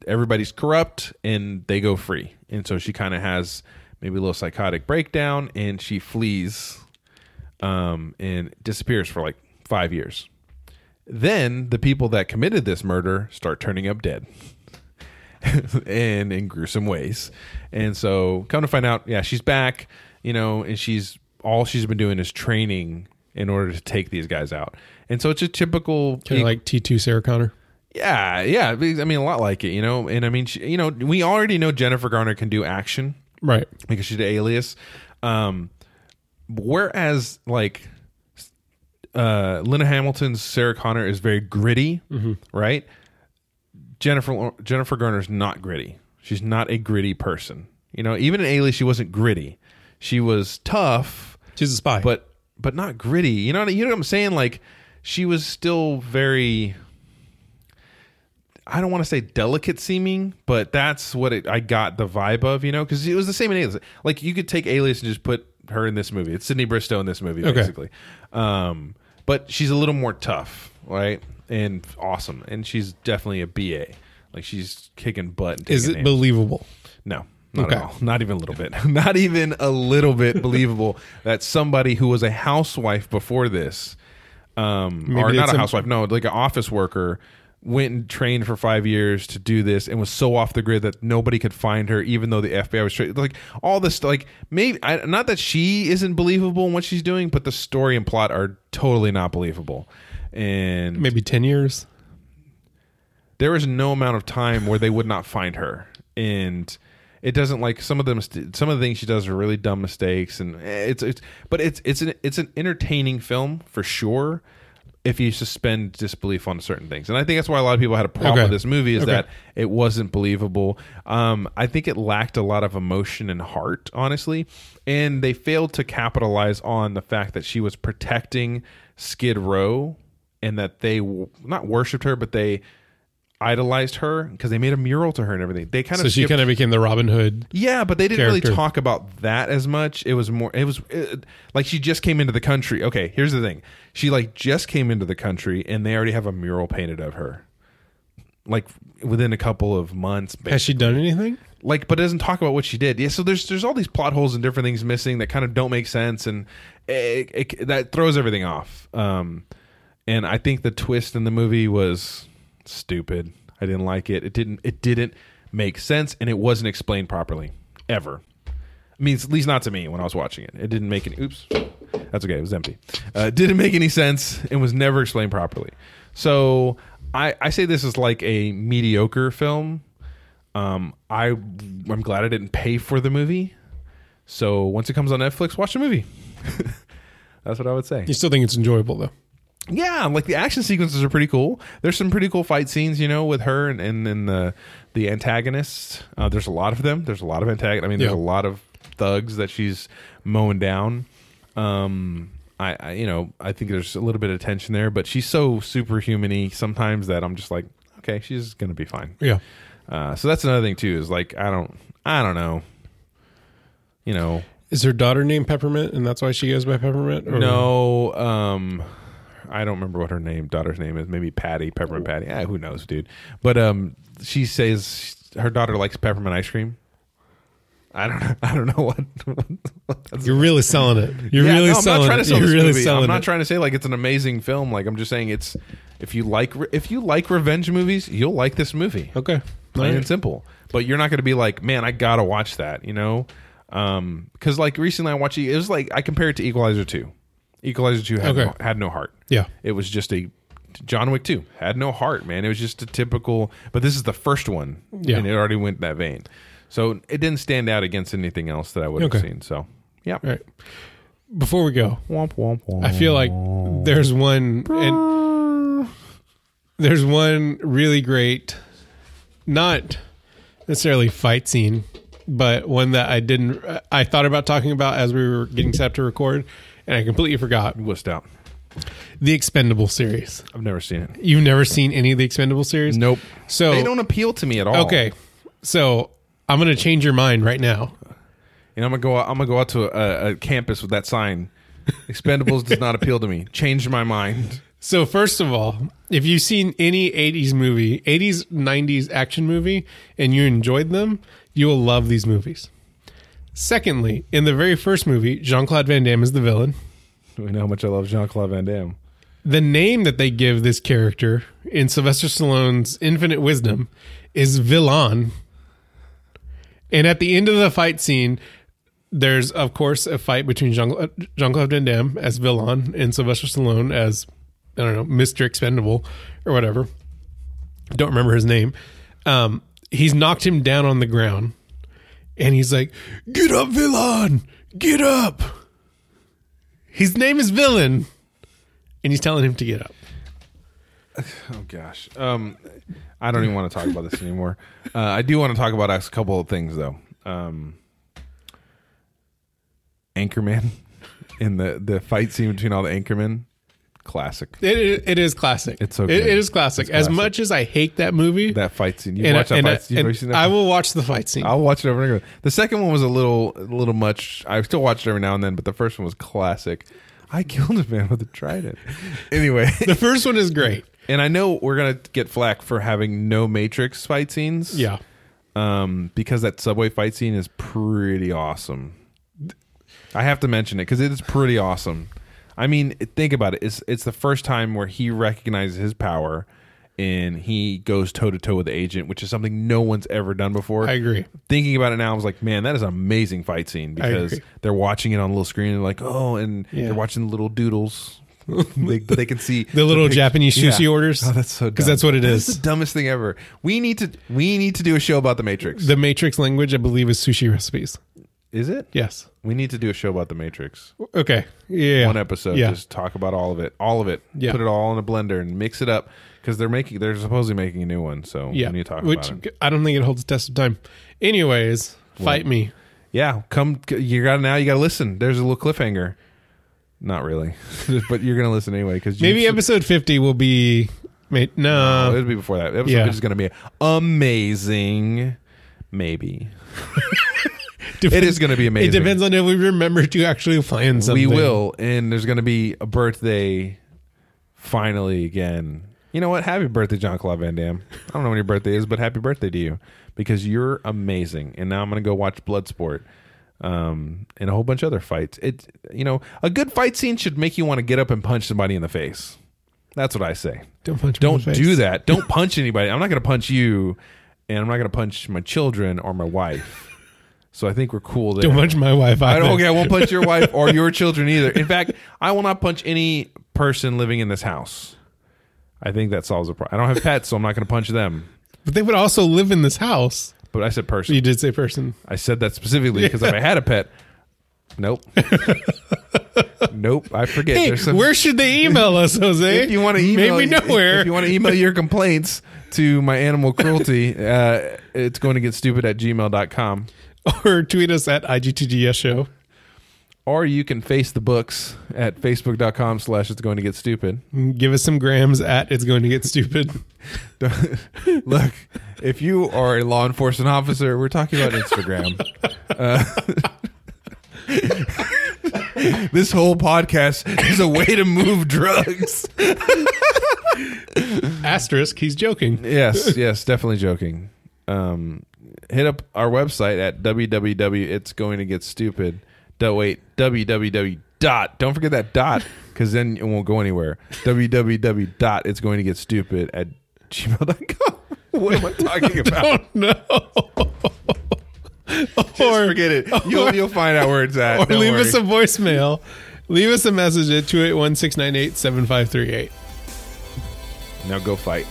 [SPEAKER 2] Everybody's corrupt and they go free. And so she kind of has maybe a little psychotic breakdown and she flees um, and disappears for like five years. Then the people that committed this murder start turning up dead and in gruesome ways. And so come to find out, yeah, she's back, you know, and she's all she's been doing is training in order to take these guys out. And so it's a typical
[SPEAKER 1] Kind of like T2 Sarah Connor.
[SPEAKER 2] yeah, yeah. because, I mean, a lot like it, you know. And I mean, she, you know, we already know Jennifer Garner can do action
[SPEAKER 1] Right.
[SPEAKER 2] because she did Alias. Um, whereas like uh, Lena Hamilton's Sarah Connor is very gritty, right? Jennifer Jennifer Garner's not gritty. She's not a gritty person. You know, even in Alias, she wasn't gritty. She was tough,
[SPEAKER 1] She's a spy.
[SPEAKER 2] but but not gritty. You know what, you know what I'm saying? Like she was still very I don't want to say delicate seeming, but that's what it, I got the vibe of, you know, because it was the same in Alias. Like you could take Alias and just put her in this movie. It's Sydney Bristow in this movie,
[SPEAKER 1] Okay.
[SPEAKER 2] basically. Um, but she's a little more tough, right? And awesome, and she's definitely a BA. Like she's kicking butt. And
[SPEAKER 1] is
[SPEAKER 2] taking
[SPEAKER 1] it
[SPEAKER 2] names.
[SPEAKER 1] believable?
[SPEAKER 2] No, not at
[SPEAKER 1] Okay.
[SPEAKER 2] all. Not even a little bit. Not even a little bit believable that somebody who was a housewife before this, um, or
[SPEAKER 1] Maybe
[SPEAKER 2] not
[SPEAKER 1] it's
[SPEAKER 2] a
[SPEAKER 1] a-
[SPEAKER 2] housewife, no, like an office worker, went and trained for five years to do this and was so off the grid that nobody could find her, even though the FBI was tra- like all this. Like maybe I, not that she isn't believable in what she's doing, but the story and plot are totally not believable. And
[SPEAKER 1] Maybe 10 years?
[SPEAKER 2] there is no amount of time where they would not find her and it doesn't like some of them some of the things she does are really dumb mistakes and it's it's but it's it's an it's an entertaining film for sure if you suspend disbelief on certain things and i think that's why a lot of people had a problem
[SPEAKER 1] Okay.
[SPEAKER 2] with this movie is
[SPEAKER 1] Okay.
[SPEAKER 2] that it wasn't believable um, i think it lacked a lot of emotion and heart honestly and they failed to capitalize on the fact that she was protecting skid row and that they w- not worshipped her but they idolized her because they made a mural to her and everything. They kind
[SPEAKER 1] So
[SPEAKER 2] of
[SPEAKER 1] she
[SPEAKER 2] skipped-
[SPEAKER 1] kind of became the Robin Hood.
[SPEAKER 2] yeah, but they didn't
[SPEAKER 1] character.
[SPEAKER 2] really talk about that as much. It was more it was it, like she just came into the country. Okay, here's the thing. She like just came into the country and they already have a mural painted of her. Like within a couple of months,
[SPEAKER 1] Has she done anything?
[SPEAKER 2] like but it doesn't talk about what she did yeah so there's there's all these plot holes and different things missing that kind of don't make sense and it, it, that throws everything off um and i think the twist in the movie was stupid i didn't like it it didn't it didn't make sense and it wasn't explained properly ever I mean, at least not to me when I was watching it. It didn't make any. Oops, that's okay. It was empty. Uh, it didn't make any sense and was never explained properly. So I, I say this is like a mediocre film. Um, I I'm glad I didn't pay for the movie. So once it comes on Netflix, watch the movie. that's what I would say.
[SPEAKER 1] You still think it's enjoyable, though.
[SPEAKER 2] Yeah, like the action sequences are pretty cool. There's some pretty cool fight scenes, you know, with her and and, and the the antagonists. Uh, there's a lot of them. There's a lot of antagonists. I mean, there's
[SPEAKER 1] Yeah.
[SPEAKER 2] a lot of thugs that she's mowing down. Um, I, I you know I think there's a little bit of tension there, but she's so superhuman-y sometimes that I'm just like, okay, she's gonna be fine.
[SPEAKER 1] Yeah.
[SPEAKER 2] Uh, so that's another thing too is like I don't I don't know. You know,
[SPEAKER 1] Is her daughter named Peppermint, and that's why she goes by Peppermint? Or
[SPEAKER 2] No, um, I don't remember what her name, daughter's name is. Maybe Patty, Peppermint Patty. Eh, who knows, dude? But um, she says her daughter likes peppermint ice cream. I don't. know. I don't know what. That's-
[SPEAKER 1] You're really selling it. You're
[SPEAKER 2] Yeah,
[SPEAKER 1] really
[SPEAKER 2] no, I'm
[SPEAKER 1] selling
[SPEAKER 2] not trying
[SPEAKER 1] it.
[SPEAKER 2] to sell
[SPEAKER 1] You're
[SPEAKER 2] this
[SPEAKER 1] really
[SPEAKER 2] movie.
[SPEAKER 1] selling
[SPEAKER 2] I'm not
[SPEAKER 1] it.
[SPEAKER 2] trying to say like it's an amazing film. Like I'm just saying it's if you like re- if you like revenge movies, you'll like this movie.
[SPEAKER 1] okay.
[SPEAKER 2] Plain and simple. But you're not going to be like, man, I gotta watch that. You know, because like recently I watched it was like I compared it to Equalizer two. Equalizer two had
[SPEAKER 1] Okay.
[SPEAKER 2] no, had no heart.
[SPEAKER 1] Yeah.
[SPEAKER 2] It was just a John Wick 2 had no heart, man. It was just a typical, but this is the first one,
[SPEAKER 1] Yeah.
[SPEAKER 2] and it already went that vein. So it didn't stand out against anything else that I would have
[SPEAKER 1] Okay.
[SPEAKER 2] seen. So, yeah.
[SPEAKER 1] All right. Before we go,
[SPEAKER 2] Womp, womp, womp.
[SPEAKER 1] I feel like there's one and there's one really great not necessarily fight scene, but one that I didn't I thought about talking about as we were getting set up to record and I completely forgot.
[SPEAKER 2] wussed out.
[SPEAKER 1] The Expendable series.
[SPEAKER 2] I've never seen it.
[SPEAKER 1] You've never seen any of the Expendable series?
[SPEAKER 2] Nope.
[SPEAKER 1] So
[SPEAKER 2] They don't appeal to me at all.
[SPEAKER 1] Okay. So I'm going to change your mind right now.
[SPEAKER 2] And I'm gonna go. Out, I'm gonna go out to a, a campus with that sign. Expendables does not appeal to me. Changed my mind.
[SPEAKER 1] So first of all, if you've seen any 80s movie, 80s 90s action movie and you enjoyed them, you will love these movies. Secondly, in the very first movie, Jean-Claude Van Damme is the villain.
[SPEAKER 2] We know how much I love Jean Claude Van Damme.
[SPEAKER 1] The name that they give this character in Sylvester Stallone's Infinite Wisdom is Villain. And at the end of the fight scene, there's of course a fight between Jean Claude Van Damme as Villain and Sylvester Stallone as I don't know Mr. Expendable or whatever. Don't remember his name. Um, he's knocked him down on the ground, and he's like, "Get up, Villain! Get up!" His name is Villain, and he's telling him to get up.
[SPEAKER 2] Oh gosh. Um, I don't even want to talk about this anymore. Uh, I do want to talk about a couple of things though. Um, Anchorman in the the fight scene between all the Anchormen, classic.
[SPEAKER 1] It, it, it is classic.
[SPEAKER 2] It's so
[SPEAKER 1] It-
[SPEAKER 2] good.
[SPEAKER 1] it is classic.
[SPEAKER 2] It's
[SPEAKER 1] As
[SPEAKER 2] classic.
[SPEAKER 1] much as I hate that movie,
[SPEAKER 2] That fight scene. You
[SPEAKER 1] and,
[SPEAKER 2] watch that
[SPEAKER 1] and-
[SPEAKER 2] fight scene. You've
[SPEAKER 1] and
[SPEAKER 2] never seen that
[SPEAKER 1] I
[SPEAKER 2] fight-
[SPEAKER 1] will watch the fight scene.
[SPEAKER 2] I'll watch it over and over. The second one was a little, a little much. I still watch it every now and then, but the first one was classic. I killed a man with a trident. Anyway,
[SPEAKER 1] the first one is great.
[SPEAKER 2] and I know we're gonna get flack for having no Matrix fight scenes.
[SPEAKER 1] Yeah.
[SPEAKER 2] um, because that subway fight scene is pretty awesome. I have to mention it because it is pretty awesome. I mean, think about it. It's it's the first time where he recognizes his power, and he goes toe to toe with the agent, which is something no one's ever done before.
[SPEAKER 1] I agree.
[SPEAKER 2] Thinking about it now, I was like, man, that is an amazing fight scene because
[SPEAKER 1] agree.
[SPEAKER 2] they're watching it on a little screen and like, oh, and
[SPEAKER 1] Yeah.
[SPEAKER 2] they're watching little doodles. they, they can see
[SPEAKER 1] The little
[SPEAKER 2] pic-
[SPEAKER 1] Japanese sushi
[SPEAKER 2] Yeah.
[SPEAKER 1] orders.
[SPEAKER 2] Oh, that's so
[SPEAKER 1] because
[SPEAKER 2] dumb.
[SPEAKER 1] that's what it
[SPEAKER 2] That's
[SPEAKER 1] is.
[SPEAKER 2] the dumbest thing ever. We need to we need to do a show about the Matrix.
[SPEAKER 1] The Matrix language, I believe, is sushi recipes.
[SPEAKER 2] Is it?
[SPEAKER 1] Yes.
[SPEAKER 2] We need to do a show about the Matrix.
[SPEAKER 1] Okay. Yeah.
[SPEAKER 2] One episode,
[SPEAKER 1] Yeah.
[SPEAKER 2] just talk about all of it, all of it.
[SPEAKER 1] Yeah.
[SPEAKER 2] Put it all in a blender and mix it up because they're making, they're supposedly making a new one. So
[SPEAKER 1] yeah.
[SPEAKER 2] we need to talk
[SPEAKER 1] Which
[SPEAKER 2] about it.
[SPEAKER 1] I don't think it holds the test of time. Anyways, fight me.
[SPEAKER 2] Yeah, come. You got to now. You got to listen. There's a little cliffhanger. Not really, but you're gonna listen anyway because
[SPEAKER 1] Maybe episode fifty will be. ma-
[SPEAKER 2] Oh,
[SPEAKER 1] No.
[SPEAKER 2] it'll be before that. Episode
[SPEAKER 1] Yeah.
[SPEAKER 2] is gonna be amazing. Maybe it is gonna be amazing.
[SPEAKER 1] It depends on if we remember to actually plan something.
[SPEAKER 2] We will, and there's going to be a birthday finally again. You know what? Happy birthday, John Claude Van Damme. I don't know when your birthday is, but happy birthday to you because you're amazing. And now I'm going to go watch Bloodsport um, and a whole bunch of other fights. It, you know, a good fight scene should make you want to get up and punch somebody in the face. That's what I say.
[SPEAKER 1] Don't punch. me in
[SPEAKER 2] Don't
[SPEAKER 1] the face.
[SPEAKER 2] do that. Don't punch anybody. I'm not going to punch you, and I'm not going to punch my children or my wife. So I think we're cool there.
[SPEAKER 1] Don't punch my wife.
[SPEAKER 2] I don't, okay, I won't punch your wife or your children either. In fact, I will not punch any person living in this house. I think that solves the problem. I don't have pets, so I'm not going to punch them.
[SPEAKER 1] But they would also live in this house.
[SPEAKER 2] But I said person.
[SPEAKER 1] You did say person.
[SPEAKER 2] I said that specifically because if I had a pet, nope, nope, I forget.
[SPEAKER 1] Hey,
[SPEAKER 2] There's some-
[SPEAKER 1] where should they email us, Jose?
[SPEAKER 2] if you want to email,
[SPEAKER 1] maybe nowhere.
[SPEAKER 2] If you want to email your complaints to my animal cruelty, uh, it's going to get stupid at gmail.com.
[SPEAKER 1] or tweet us at IGTGS show.
[SPEAKER 2] Or you can face the books at facebook.com slash it's going to get stupid.
[SPEAKER 1] Give us some grams at it's going to get stupid.
[SPEAKER 2] Look, if you are a law enforcement officer, we're talking about Instagram. Uh, this whole podcast is a way to move drugs.
[SPEAKER 1] Asterisk, he's joking.
[SPEAKER 2] yes, yes, definitely joking. Um, hit up our website at www. It's going to get stupid. do, wait, www dot. Don't forget that dot because then it won't go anywhere. www dot. It's going to get stupid at gmail.com. What am I talking about?
[SPEAKER 1] Oh no!
[SPEAKER 2] Just forget it. You'll, you'll find out where it's at.
[SPEAKER 1] Oh, Or
[SPEAKER 2] Don't
[SPEAKER 1] leave
[SPEAKER 2] worry.
[SPEAKER 1] us a voicemail. Leave us a message at 281 698 7538.
[SPEAKER 2] now go fight.